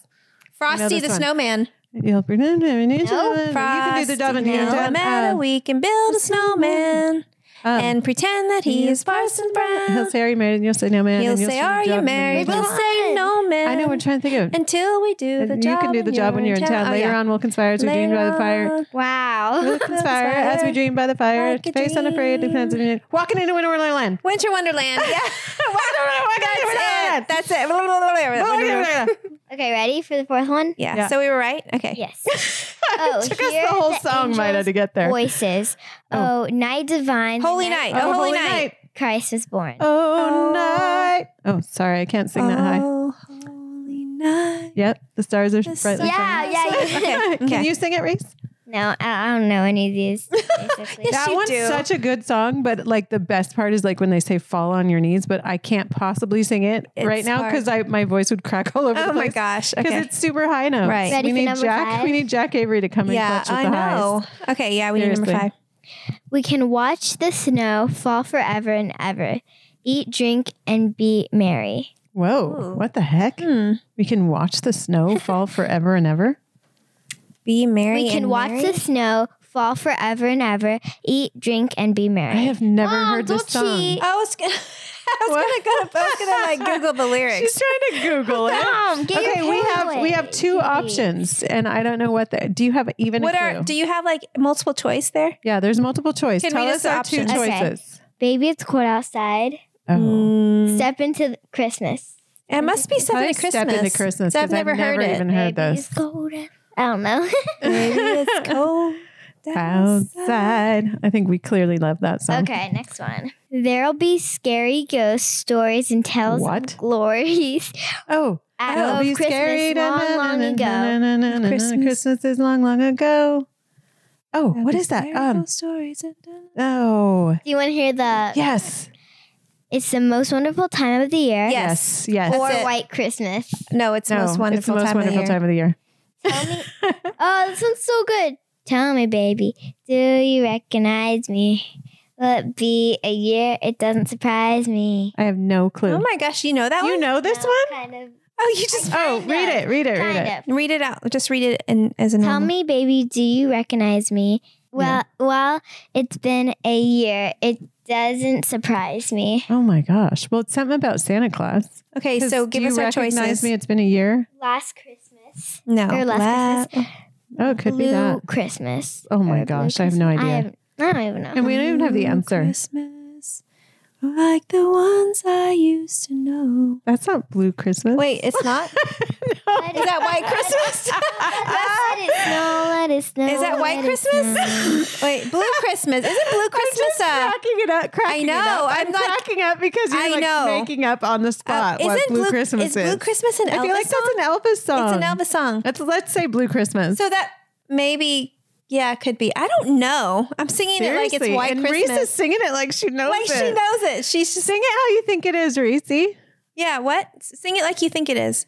Speaker 1: Frosty
Speaker 2: this
Speaker 1: the
Speaker 2: one.
Speaker 1: Snowman.
Speaker 2: You'll pretend to be each
Speaker 4: No,
Speaker 2: other. You can do the Um, dove and
Speaker 1: Frosty,
Speaker 2: you
Speaker 1: no matter, we can build a snowman
Speaker 2: Oh.
Speaker 1: and pretend that he is Parson
Speaker 2: um, He'll
Speaker 1: Brown.
Speaker 2: say, "Are you married?" And you'll say, "No, man."
Speaker 1: He'll
Speaker 2: and you'll
Speaker 1: say,
Speaker 2: do the
Speaker 1: "Are
Speaker 2: dove
Speaker 1: you
Speaker 2: and
Speaker 1: married?"
Speaker 2: you'll
Speaker 1: We'll
Speaker 2: do-
Speaker 1: say, "No, man."
Speaker 2: I know. We're trying to think of.
Speaker 1: until we do the
Speaker 2: And
Speaker 1: job.
Speaker 2: you can do the job when you're in town.
Speaker 1: Oh,
Speaker 2: Later
Speaker 1: yeah.
Speaker 2: on, we'll conspire as we dream by the fire.
Speaker 1: Later
Speaker 4: Wow.
Speaker 2: We'll conspire as we
Speaker 1: conspire
Speaker 2: dream by the fire.
Speaker 1: like a
Speaker 2: face unafraid,
Speaker 1: dream.
Speaker 2: depends on walking into Winter Wonderland.
Speaker 1: Winter Wonderland. Yeah.
Speaker 2: Wonderland.
Speaker 1: That's it. That's it. Wonderland.
Speaker 4: Okay, ready for the fourth one?
Speaker 1: Yeah.
Speaker 2: Yeah.
Speaker 1: So we were right. Okay.
Speaker 4: Yes. Oh,
Speaker 2: Took us
Speaker 4: hear
Speaker 2: the whole
Speaker 4: the
Speaker 2: song, Maida,
Speaker 4: angels'
Speaker 2: to get there.
Speaker 4: Voices. Oh. night divine. the
Speaker 1: Holy night. Oh, holy night.
Speaker 4: Christ was born.
Speaker 2: Oh,
Speaker 1: Oh.
Speaker 2: night. Oh, sorry, I can't sing that high.
Speaker 1: Oh, holy night.
Speaker 2: Yep, the stars are
Speaker 1: The
Speaker 2: brightly
Speaker 1: stars-
Speaker 2: shining.
Speaker 4: Yeah, yeah, yeah.
Speaker 1: Okay.
Speaker 2: Can
Speaker 1: okay.
Speaker 2: you sing it, Reese?
Speaker 4: No, I, I don't know any of these. basically.
Speaker 1: Yes,
Speaker 2: that
Speaker 1: you
Speaker 2: one's
Speaker 1: do.
Speaker 2: such a good song, but like the best part is like when they say "fall on your knees," but I can't possibly sing it right
Speaker 1: It's
Speaker 2: now
Speaker 1: hard.
Speaker 2: because I my voice would crack all over.
Speaker 1: oh
Speaker 2: the
Speaker 1: my
Speaker 2: place.
Speaker 1: gosh.
Speaker 2: because
Speaker 1: Okay.
Speaker 2: it's super high notes.
Speaker 1: Right.
Speaker 4: Ready
Speaker 2: we
Speaker 4: for
Speaker 2: need
Speaker 4: number
Speaker 2: Jack.
Speaker 4: five?
Speaker 2: We need Jack Avery to come
Speaker 1: yeah,
Speaker 2: and clutch
Speaker 1: I
Speaker 2: with the
Speaker 1: know.
Speaker 2: highs.
Speaker 1: Okay. Yeah. We need number
Speaker 2: Seriously.
Speaker 1: five.
Speaker 4: We can watch the snow fall forever and ever. Eat, drink, and be merry.
Speaker 2: Whoa!
Speaker 1: Ooh.
Speaker 2: What the heck?
Speaker 1: Hmm.
Speaker 2: We can watch the snow fall forever and ever.
Speaker 1: Be merry.
Speaker 4: we can
Speaker 1: and
Speaker 4: watch
Speaker 1: merry.
Speaker 4: the snow fall forever and ever. Eat, drink, and be
Speaker 2: I
Speaker 4: merry.
Speaker 2: have never
Speaker 4: Mom,
Speaker 2: heard this
Speaker 4: don't
Speaker 2: song.
Speaker 4: cheat.
Speaker 1: I was gonna. I was gonna
Speaker 2: What?
Speaker 1: go. I was gonna like Google the lyrics.
Speaker 2: She's trying to Google it.
Speaker 4: Mom, get your
Speaker 2: okay, we
Speaker 4: pen
Speaker 2: have
Speaker 4: away.
Speaker 2: we have two
Speaker 4: Jeez.
Speaker 2: options, and I don't know what the. Do you have even?
Speaker 1: What
Speaker 2: a
Speaker 1: are?
Speaker 2: clue?
Speaker 1: Do you have like multiple choice there?
Speaker 2: yeah, there's multiple choice.
Speaker 1: Can we
Speaker 2: Tell
Speaker 1: just
Speaker 2: us our two
Speaker 1: options?
Speaker 4: Okay.
Speaker 2: choices.
Speaker 4: Baby, it's cold outside.
Speaker 2: Oh.
Speaker 1: Mm.
Speaker 4: Step into the Christmas.
Speaker 1: It must be
Speaker 2: Probably
Speaker 1: something Christmas.
Speaker 2: Step into Christmas.
Speaker 1: 'cause
Speaker 2: 'cause I've never even heard
Speaker 4: Baby,
Speaker 2: those.
Speaker 4: it's cold. out- I don't know.
Speaker 1: Maybe it's cold
Speaker 2: Outside. I think we clearly love that song.
Speaker 4: okay, next one. There'll be scary ghost stories and tales
Speaker 2: What?
Speaker 4: of glories.
Speaker 2: Oh,
Speaker 4: Out
Speaker 2: I'll
Speaker 4: of
Speaker 2: be
Speaker 4: Christmas
Speaker 2: scary.
Speaker 4: long,
Speaker 2: Na- na-
Speaker 4: long
Speaker 2: na-
Speaker 4: ago.
Speaker 2: na- na- na- na- na-
Speaker 1: Christmas.
Speaker 2: Christmas is long, long ago. Oh, what is that? Um,
Speaker 1: stories. Uh,
Speaker 2: oh,
Speaker 4: Do you want to hear the?
Speaker 2: yes,
Speaker 4: It's the most wonderful time of the year.
Speaker 1: Yeah.
Speaker 2: yes,
Speaker 1: Yes.
Speaker 2: yes.
Speaker 4: Or
Speaker 1: That's it.
Speaker 4: White Christmas.
Speaker 1: No, it's
Speaker 2: No,
Speaker 1: most wonderful
Speaker 2: it's the most
Speaker 1: time
Speaker 2: wonderful
Speaker 1: of the year.
Speaker 2: time of the year.
Speaker 4: Tell me. oh, this one's so good. Tell me, baby, do you recognize me? Will it be a year? It doesn't surprise me.
Speaker 2: I have no clue.
Speaker 1: Oh my gosh, you know that
Speaker 2: you
Speaker 1: one?
Speaker 2: know Oh, this
Speaker 4: No,
Speaker 2: one?
Speaker 4: Kind of.
Speaker 1: Oh, you just
Speaker 2: Oh,
Speaker 4: Kind
Speaker 2: read
Speaker 4: of.
Speaker 2: it, read it, read
Speaker 4: Kind
Speaker 2: it.
Speaker 4: of.
Speaker 1: read it out. Just read it in, as a
Speaker 4: Tell
Speaker 1: normal.
Speaker 4: me, baby, do you recognize me? Well, well, it's been a year. It doesn't surprise me.
Speaker 2: Oh my gosh! Well, it's something about Santa Claus.
Speaker 1: Okay,
Speaker 2: 'Cause
Speaker 1: so
Speaker 2: do
Speaker 1: give
Speaker 2: you
Speaker 1: us our
Speaker 2: recognize
Speaker 1: choices.
Speaker 2: me? It's been a year.
Speaker 4: Last Christmas.
Speaker 1: no,
Speaker 4: Or last
Speaker 1: la-
Speaker 2: Oh, it could
Speaker 4: Blue
Speaker 2: be that.
Speaker 4: Christmas.
Speaker 2: Oh my
Speaker 4: Or Blue
Speaker 2: gosh, I have no
Speaker 4: Christmas.
Speaker 2: idea.
Speaker 4: I, have, I don't even know.
Speaker 2: And we don't even have the
Speaker 1: Blue
Speaker 2: answer.
Speaker 1: Christmas, like the ones I used to know.
Speaker 2: That's not Blue Christmas.
Speaker 1: Wait, it's not.
Speaker 2: no.
Speaker 4: Let
Speaker 1: Is
Speaker 4: it-
Speaker 1: that White Christmas?
Speaker 4: Let it snow. Let it snow.
Speaker 1: Is that White
Speaker 4: let it snow.
Speaker 1: Christmas? Wait, Blue Christmas. Isn't Blue Christmas a?
Speaker 2: cracking it up. Cracking
Speaker 1: know,
Speaker 2: It up.
Speaker 1: I'm like-
Speaker 2: cracking up because you're
Speaker 1: I
Speaker 2: like
Speaker 1: know.
Speaker 2: making up on the
Speaker 1: uh,
Speaker 2: spot what Blue Christmas
Speaker 1: is Blue Christmas an
Speaker 2: I
Speaker 1: Elvis
Speaker 2: feel like
Speaker 1: song?
Speaker 2: that's an Elvis song.
Speaker 1: It's an Elvis song.
Speaker 2: Let's, let's say Blue Christmas.
Speaker 1: So that maybe, yeah, it could be. I don't know. I'm singing it like it's
Speaker 2: Seriously.
Speaker 1: White
Speaker 2: and
Speaker 1: Christmas.
Speaker 2: Reese is singing it like she knows
Speaker 1: like
Speaker 2: it.
Speaker 1: she knows it. She's just
Speaker 2: Sing it how you think it is, Reese.
Speaker 1: yeah. What? Sing it like you think it is.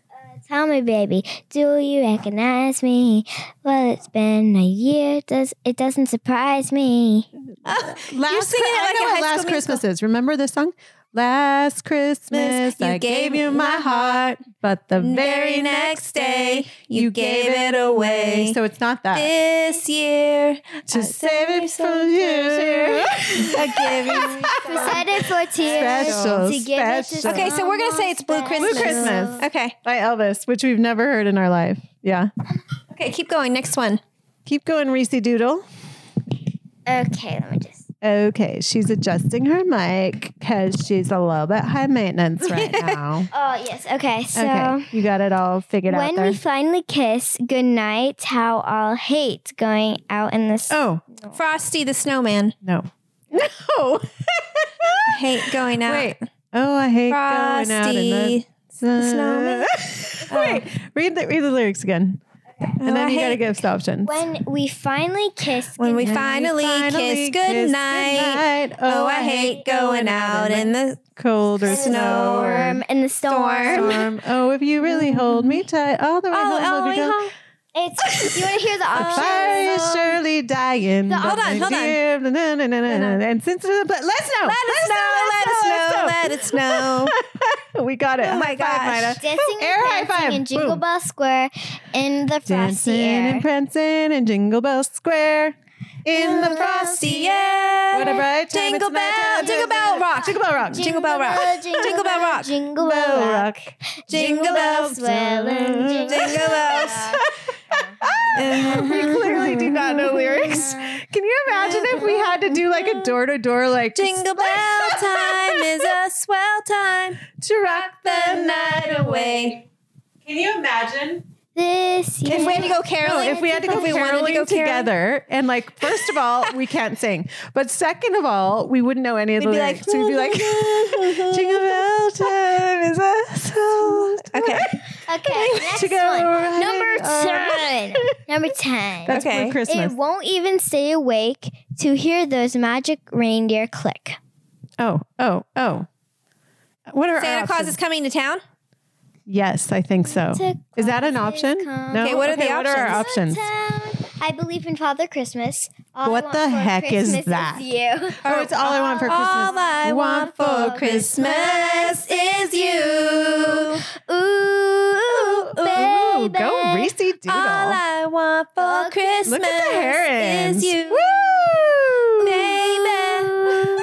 Speaker 4: Tell me, baby, do you recognize me? Well, it's been a year. Does it doesn't surprise me?
Speaker 1: Uh,
Speaker 2: Last
Speaker 1: You're singing it
Speaker 2: Chri- I
Speaker 1: like
Speaker 2: know
Speaker 1: a
Speaker 2: what
Speaker 1: High
Speaker 2: Last
Speaker 1: School Musical.
Speaker 2: Christmas is. Remember this song? Last Christmas,
Speaker 1: You
Speaker 2: I gave you my heart, but the very next day, you gave it away. So it's not that.
Speaker 1: this year,
Speaker 2: To save it for you.
Speaker 1: I give you.
Speaker 4: We said it for tears.
Speaker 2: Special,
Speaker 4: to give it to
Speaker 2: special.
Speaker 1: Okay, so we're gonna say it's Blue
Speaker 4: someone
Speaker 1: Christmas.
Speaker 2: Blue Christmas.
Speaker 4: special.
Speaker 1: Okay,
Speaker 2: By Elvis, which we've never heard in our life. Yeah.
Speaker 1: okay, keep going. Next one.
Speaker 2: Keep going, Reese Doodle.
Speaker 4: Okay, let me just.
Speaker 2: Okay, she's adjusting her mic because she's a little bit high maintenance right now.
Speaker 4: Oh yes. Okay, so.
Speaker 2: okay, you got it all figured out
Speaker 4: When
Speaker 2: there.
Speaker 4: we finally kiss goodnight, how I'll hate going out in the s-
Speaker 2: oh
Speaker 1: Frosty the Snowman.
Speaker 2: no, no.
Speaker 1: Hate going out.
Speaker 2: Wait. Oh, I hate going out in
Speaker 1: Frosty.
Speaker 2: the sun.
Speaker 1: snowman.
Speaker 2: Wait, read the read the lyrics again,
Speaker 1: Oh,
Speaker 2: and then
Speaker 1: I
Speaker 2: you
Speaker 1: hate-
Speaker 2: gotta give us options.
Speaker 4: When we finally kiss
Speaker 1: when we
Speaker 4: goodnight,
Speaker 1: finally, kiss goodnight.
Speaker 2: goodnight.
Speaker 1: Oh, I hate going out in the
Speaker 2: cold or snow. or
Speaker 4: storm in the storm.
Speaker 2: Storm. Oh, if you really hold me tight all the way
Speaker 1: Oh,
Speaker 2: home,
Speaker 1: oh,
Speaker 2: will we
Speaker 1: wait,
Speaker 2: go?
Speaker 1: hold-
Speaker 4: It's you want to hear the
Speaker 2: The fire is
Speaker 4: options?
Speaker 2: surely dying.
Speaker 1: No, hold
Speaker 2: but
Speaker 1: on,
Speaker 2: my
Speaker 1: hold on.
Speaker 2: dear- na- na- na- na- na- na- And since the but let's know.
Speaker 1: Let us know. Let us know. Let us know.
Speaker 2: We got it.
Speaker 1: Oh my
Speaker 2: High five,
Speaker 1: gosh.
Speaker 2: Maida.
Speaker 4: Dancing
Speaker 2: Air high
Speaker 4: and
Speaker 2: five.
Speaker 4: dancing in Jingle
Speaker 2: Boom.
Speaker 4: Bell Square in the frosty
Speaker 2: Dancing
Speaker 4: air.
Speaker 2: and prancing in Jingle Bell Square in the frosty air.
Speaker 1: yeah.
Speaker 2: What a bright time
Speaker 1: Jingle
Speaker 2: it's nighttime.
Speaker 1: bell, jingle bell rock.
Speaker 2: Jingle Bell Rock.
Speaker 1: Jingle Bell Rock. Jingle Bell Rock.
Speaker 4: Jingle Bell Rock.
Speaker 1: Jingle bells.
Speaker 4: swelling.
Speaker 1: Jingle bells.
Speaker 2: We clearly do not know lyrics. Can you imagine if we had to do like a door to door like
Speaker 1: Jingle bell time is a swell time.
Speaker 2: to rock
Speaker 1: The night away.
Speaker 2: Can you imagine?
Speaker 4: This year.
Speaker 1: If we had to go
Speaker 2: No,
Speaker 1: caroling,
Speaker 2: if we had to go
Speaker 1: if we wanted
Speaker 2: caroling
Speaker 1: to go caroling,
Speaker 2: together, and like, first of all, we can't sing, but second of all, we wouldn't know any of the
Speaker 1: We'd be
Speaker 2: lyrics.
Speaker 1: like,
Speaker 2: so we'd be like, "Jingle bell time is a soul."
Speaker 1: Okay.
Speaker 4: Okay, next
Speaker 2: to go
Speaker 4: one.
Speaker 2: riding
Speaker 4: Number
Speaker 2: on-
Speaker 4: ten. Number ten.
Speaker 2: That's
Speaker 1: Okay.
Speaker 2: Blue Christmas.
Speaker 4: It won't even stay awake to hear those magic reindeer click.
Speaker 2: oh, oh, oh. What are our
Speaker 1: Santa Claus
Speaker 2: options?
Speaker 1: is coming to town.
Speaker 2: Yes, I think so.
Speaker 4: Santa
Speaker 2: Is that an
Speaker 4: Claus is
Speaker 2: option?
Speaker 4: coming.
Speaker 2: No.
Speaker 1: Okay, what are the
Speaker 2: What are our options?
Speaker 4: Town. I believe in Father Christmas. All I
Speaker 2: What
Speaker 4: want
Speaker 2: the
Speaker 4: for
Speaker 2: heck is
Speaker 4: Christmas
Speaker 2: that?
Speaker 4: you.
Speaker 2: Oh, it's all I want for Christmas.
Speaker 1: All I want for Christmas is you.
Speaker 4: Ooh,
Speaker 2: Ooh,
Speaker 4: baby.
Speaker 2: go Reese Doodle.
Speaker 1: All I want for Christmas
Speaker 2: Look at the herons.
Speaker 1: is you,
Speaker 2: Woo!
Speaker 1: baby.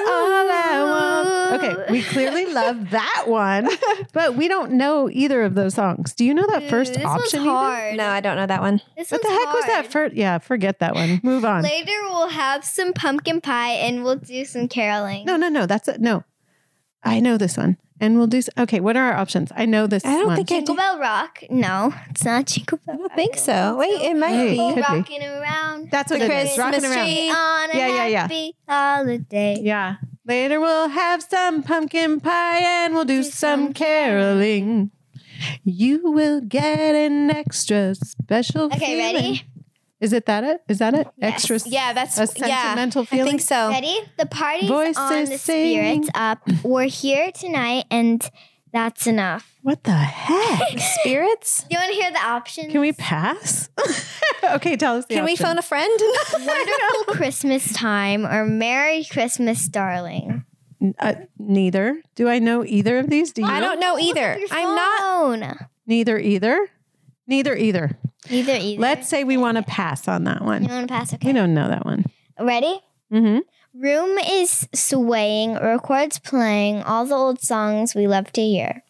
Speaker 2: All I want. Okay, we clearly love that one, but we don't know either of those songs. Do you know that first
Speaker 4: Ooh, this
Speaker 2: option?
Speaker 4: One's
Speaker 2: either?
Speaker 4: hard.
Speaker 1: No, I don't know that one.
Speaker 4: This
Speaker 2: What the
Speaker 4: one's
Speaker 2: heck was
Speaker 4: hard.
Speaker 2: that first? Yeah, forget that one. Move on.
Speaker 4: Later we'll have some pumpkin pie and we'll do some caroling.
Speaker 2: No, no, no. That's it. No, I know this one, and we'll do. s- Okay, what are our options? I know this.
Speaker 1: I don't
Speaker 2: one.
Speaker 1: think I
Speaker 4: Jingle
Speaker 1: do.
Speaker 4: Bell Rock. No, it's not Jingle Bell.
Speaker 1: I don't think so. Wait, it might
Speaker 2: Hey,
Speaker 1: be.
Speaker 2: could be.
Speaker 4: Rocking around
Speaker 2: that's what
Speaker 1: The
Speaker 2: it is.
Speaker 1: Christmas
Speaker 2: Rocking around.
Speaker 1: tree.
Speaker 4: on a
Speaker 2: Yeah, yeah, yeah.
Speaker 4: happy holiday.
Speaker 2: Yeah. Later we'll have some pumpkin pie and we'll do some caroling. You will get an extra special
Speaker 4: Okay, ready?
Speaker 2: feeling. Is it that it? Is that it?
Speaker 4: Yes.
Speaker 2: Extra s-
Speaker 1: Yeah, that's
Speaker 2: a
Speaker 1: yeah.
Speaker 2: sentimental
Speaker 1: I
Speaker 2: feeling.
Speaker 1: think so.
Speaker 4: Ready? The party's
Speaker 2: Voices
Speaker 4: on, the
Speaker 2: singing.
Speaker 4: spirits up. We're here tonight, and that's enough.
Speaker 2: What the heck?
Speaker 1: Spirits?
Speaker 4: Do you want to hear the options?
Speaker 2: Can we pass? okay, tell us. The
Speaker 1: Can we
Speaker 2: option.
Speaker 1: phone a friend?
Speaker 4: Wonderful Christmas time or Merry Christmas, darling.
Speaker 2: Uh, neither. Do I know either of these? Do you?
Speaker 1: I don't know either. I'm not.
Speaker 4: not.
Speaker 2: Neither either. Neither either.
Speaker 4: Neither either.
Speaker 2: Let's say we want to pass on that
Speaker 4: You
Speaker 2: one.
Speaker 4: want to pass? Okay.
Speaker 2: We don't know that one.
Speaker 4: Ready?
Speaker 2: Mm-hmm.
Speaker 4: Room is swaying, records playing, all the old songs we love to hear.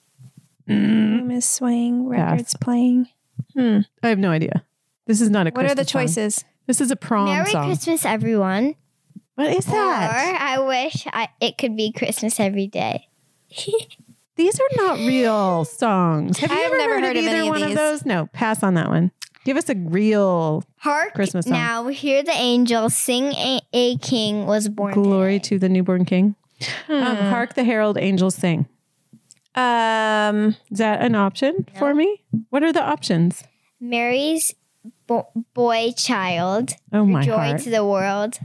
Speaker 1: Room is swaying,
Speaker 2: Pass.
Speaker 1: records playing. Hmm.
Speaker 2: Mm-hmm. I have no idea. This is not a.
Speaker 1: What are the
Speaker 2: Christmas song.
Speaker 1: choices?
Speaker 2: This is a prom
Speaker 4: Merry
Speaker 2: song.
Speaker 4: Christmas, everyone.
Speaker 2: What is that?
Speaker 4: Or I wish I, it could be Christmas every day.
Speaker 2: These are not real songs. Have you
Speaker 1: I've
Speaker 2: ever
Speaker 1: never
Speaker 2: heard,
Speaker 1: heard
Speaker 2: of
Speaker 1: of
Speaker 2: either
Speaker 1: any of
Speaker 2: one of
Speaker 1: these.
Speaker 2: those? No, pass on that one. Give us a real
Speaker 4: Hark
Speaker 2: Christmas song.
Speaker 4: now, hear the angels sing a, a king was born.
Speaker 2: glory
Speaker 4: today.
Speaker 2: to the newborn king. Um,
Speaker 1: Hmm.
Speaker 2: Hark the herald angels sing.
Speaker 1: Um,
Speaker 2: Is that an option for me? What are the options?
Speaker 4: Mary's bo- boy child,
Speaker 2: Oh my
Speaker 4: joy
Speaker 2: heart.
Speaker 4: to the world.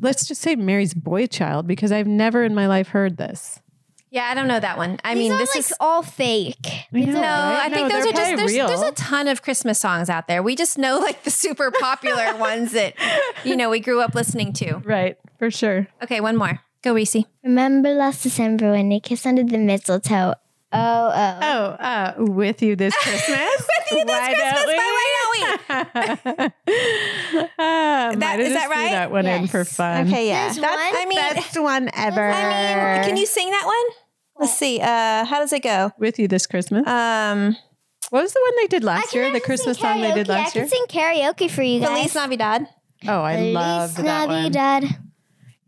Speaker 2: Let's just say Mary's boy child because I've never in my life heard this.
Speaker 1: yeah, I don't know that one. I
Speaker 4: These
Speaker 1: mean,
Speaker 4: are,
Speaker 1: this
Speaker 4: like
Speaker 1: is
Speaker 4: all fake.
Speaker 2: We
Speaker 1: No,
Speaker 2: know,
Speaker 1: I
Speaker 2: right?
Speaker 1: think
Speaker 2: No,
Speaker 1: those are
Speaker 2: they're
Speaker 1: just
Speaker 2: probably
Speaker 1: there's,
Speaker 2: real.
Speaker 1: there's a ton of Christmas songs out there. We just know like the super popular ones that you know we grew up listening to.
Speaker 2: right for sure.
Speaker 1: Okay, one more. Go, Reese.
Speaker 4: Remember last December when they kissed under the mistletoe? Oh, oh.
Speaker 2: Oh, uh, with you this Christmas.
Speaker 1: With you this Christmas, why
Speaker 2: don't we? Ah, might
Speaker 1: That-
Speaker 2: have
Speaker 1: is
Speaker 2: just
Speaker 1: that
Speaker 2: threw
Speaker 1: right?
Speaker 2: That one in for
Speaker 4: Yes.
Speaker 2: fun.
Speaker 1: Okay, yeah.
Speaker 4: There's
Speaker 1: That's-
Speaker 4: one
Speaker 1: I mean,
Speaker 2: Best one ever.
Speaker 1: I mean, can you sing that one? Let's see. Uh, how does it go?
Speaker 2: with you this Christmas?
Speaker 1: Um,
Speaker 2: Uh, what was the one they did
Speaker 4: I
Speaker 2: last
Speaker 4: can
Speaker 2: year? The
Speaker 4: even
Speaker 2: Christmas
Speaker 4: sing
Speaker 2: song they did
Speaker 4: karaoke.
Speaker 2: last
Speaker 4: I
Speaker 2: year.
Speaker 4: can sing karaoke for you guys.
Speaker 1: Feliz Navidad.
Speaker 2: Oh, I
Speaker 4: Feliz
Speaker 2: loved that one.
Speaker 4: Navidad.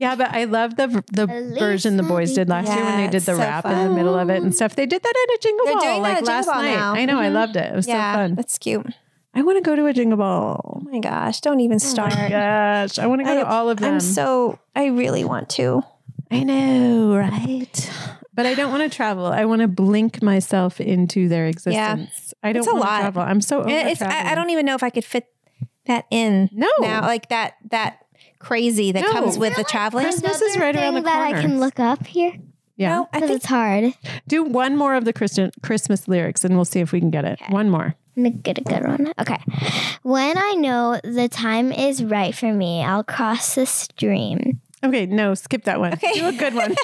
Speaker 2: Yeah, but I love the the
Speaker 4: Feliz
Speaker 2: version the boys did last year when
Speaker 1: Yeah,
Speaker 2: they did
Speaker 1: it's
Speaker 2: the
Speaker 1: so
Speaker 2: rap in the
Speaker 1: fun.
Speaker 2: middle of it and stuff. They did that at a jingle
Speaker 1: They're
Speaker 2: ball Mm-hmm.
Speaker 1: doing that
Speaker 2: like
Speaker 1: at a Jingle
Speaker 2: last
Speaker 1: Ball
Speaker 2: night.
Speaker 1: now.
Speaker 2: I know, I loved it. It was
Speaker 1: yeah,
Speaker 2: so fun.
Speaker 1: that's cute.
Speaker 2: I want to go to a jingle ball.
Speaker 1: Oh my gosh, don't even
Speaker 2: Oh
Speaker 1: start.
Speaker 2: my gosh, I want to go
Speaker 1: I-
Speaker 2: to all of them.
Speaker 1: I'm so. I really want to.
Speaker 2: I know, right? But I don't want to travel. I want to blink myself into their existence. I don't
Speaker 1: It's a
Speaker 2: want to
Speaker 1: lot.
Speaker 2: travel. I'm so over
Speaker 1: And it's. I, I
Speaker 2: traveling.
Speaker 1: don't even know if I could fit that in.
Speaker 2: No.
Speaker 1: Now, like that. That crazy that
Speaker 2: No.
Speaker 1: comes with the
Speaker 4: Really?
Speaker 1: traveling.
Speaker 2: Christmas is right around the
Speaker 4: Another thing that I
Speaker 2: corner.
Speaker 4: can look up here
Speaker 2: Yeah.
Speaker 1: No, I
Speaker 4: because
Speaker 1: think.
Speaker 4: it's hard.
Speaker 2: Do one more of the Christian Christmas lyrics and we'll see if we can get it.
Speaker 4: Okay.
Speaker 2: One more.
Speaker 4: Let me get a good one. Okay. When I know the time is right for me, I'll cross the stream.
Speaker 2: Okay, no, skip that one.
Speaker 1: Okay.
Speaker 2: Do a good one.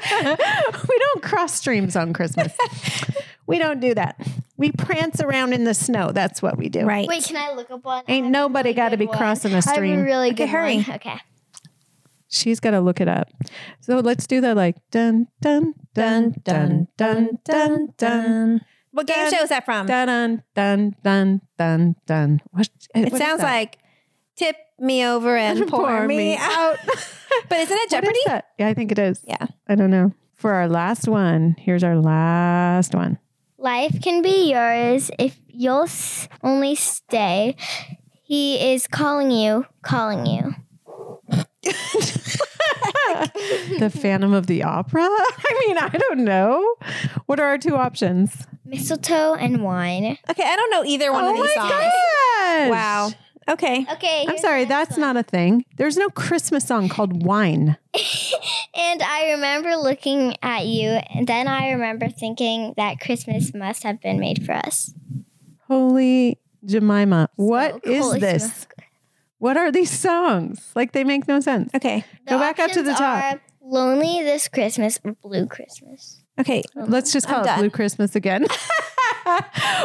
Speaker 2: we don't cross streams on Christmas. we don't do that. We prance around in the snow. That's what we do.
Speaker 1: Right.
Speaker 4: Wait, can I look up one? I
Speaker 2: Ain't
Speaker 4: have a
Speaker 2: nobody
Speaker 4: really
Speaker 2: gotta
Speaker 4: good
Speaker 2: be
Speaker 4: one.
Speaker 2: crossing a
Speaker 4: I have
Speaker 2: stream.
Speaker 4: a really
Speaker 1: Okay,
Speaker 4: good
Speaker 1: hurry.
Speaker 4: one. Okay.
Speaker 2: She's got to look it up. So let's do the like dun dun dun dun dun dun dun
Speaker 1: What game
Speaker 2: Dun,
Speaker 1: show is that from?
Speaker 2: dun dun dun dun dun dun. What,
Speaker 1: it sounds like tip me over and pour, me, out. but isn't it
Speaker 2: Jeopardy?
Speaker 1: Jeopardy?
Speaker 2: Yeah, I think it is.
Speaker 1: Yeah.
Speaker 2: I don't know. For our last one, here's our last one.
Speaker 4: Life can be yours if you'll s- only stay. He is calling you, calling you.
Speaker 2: the Phantom of the Opera? I mean, I don't know. What are our two options?
Speaker 4: Mistletoe and wine.
Speaker 1: Okay, I don't know either one
Speaker 2: Oh
Speaker 1: of these
Speaker 2: my
Speaker 1: songs.
Speaker 2: gosh.
Speaker 1: Wow. Okay.
Speaker 4: Okay.
Speaker 2: I'm sorry, that's not a thing. There's no Christmas song called Wine.
Speaker 4: And I remember looking at you, and then I remember thinking that Christmas must have been made for us.
Speaker 2: Holy Jemima. What
Speaker 4: So
Speaker 2: is
Speaker 4: holy
Speaker 2: this?
Speaker 4: smoke.
Speaker 2: What are these songs? Like they make no sense.
Speaker 1: Okay.
Speaker 2: Go back up to
Speaker 4: options
Speaker 2: the top.
Speaker 4: are Lonely this Christmas or Blue Christmas.
Speaker 1: Okay.
Speaker 4: Oh,
Speaker 2: Let's just
Speaker 1: I'm
Speaker 2: call it
Speaker 1: done.
Speaker 2: Blue Christmas again.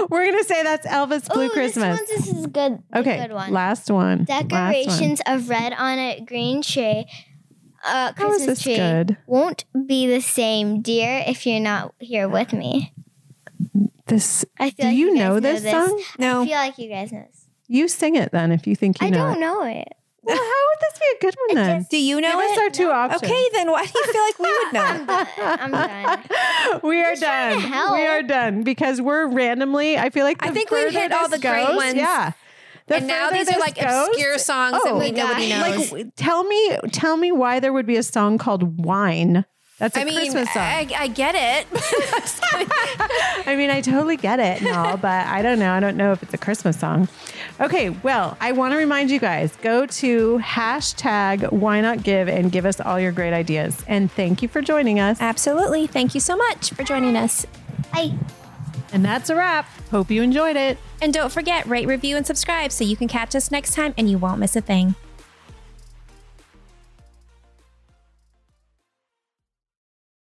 Speaker 2: We're going to say that's Elvis Blue
Speaker 4: Ooh,
Speaker 2: Christmas.
Speaker 4: Oh, This, one's, this is good.
Speaker 2: okay,
Speaker 4: Good one.
Speaker 2: last one. Last one.
Speaker 4: Decorations of red on a green tree. Uh,
Speaker 2: How
Speaker 4: Christmas
Speaker 2: is this
Speaker 4: tree
Speaker 2: good?
Speaker 4: won't be the same, dear, if you're not here with me.
Speaker 2: This
Speaker 4: I feel
Speaker 2: Do
Speaker 4: like
Speaker 2: you
Speaker 4: guys
Speaker 2: know this, song?
Speaker 1: No.
Speaker 4: I feel like you guys know this.
Speaker 2: You sing it then if you think you
Speaker 4: I
Speaker 2: know
Speaker 4: don't
Speaker 2: it.
Speaker 4: know it.
Speaker 2: Well, how would this be a good one then?
Speaker 1: Do you know
Speaker 2: Give us
Speaker 1: it?
Speaker 2: our two options.
Speaker 1: Okay, then why do you feel like we would know?
Speaker 4: I'm done.
Speaker 2: we are
Speaker 4: trying
Speaker 2: done.
Speaker 4: to
Speaker 2: We
Speaker 4: help.
Speaker 2: are done because we're randomly. I feel like the
Speaker 1: I think we've
Speaker 2: further
Speaker 1: hit all
Speaker 2: this
Speaker 1: the great
Speaker 2: goes-
Speaker 1: ones.
Speaker 2: Yeah. The
Speaker 1: and now
Speaker 2: further
Speaker 1: these are
Speaker 2: this
Speaker 1: like
Speaker 2: goes-
Speaker 1: obscure songs that
Speaker 2: Oh,
Speaker 1: we,
Speaker 4: my
Speaker 1: nobody
Speaker 4: gosh.
Speaker 1: knows.
Speaker 2: Like, w- tell me, tell me why there would be a song called "Wine." That's a
Speaker 1: I mean, eh,
Speaker 2: Christmas song.
Speaker 1: I, I get it.
Speaker 2: I mean, I totally get it and all, but I don't know. I don't know if it's a Christmas song. Okay, well, I want to remind you guys go to hashtag why not give and give us all your great ideas. And thank you for joining us.
Speaker 1: Absolutely. Thank you so much for joining us.
Speaker 4: Bye.
Speaker 2: And that's a wrap. Hope you enjoyed it.
Speaker 1: And don't forget, rate, review, and subscribe so you can catch us next time and you won't miss a thing.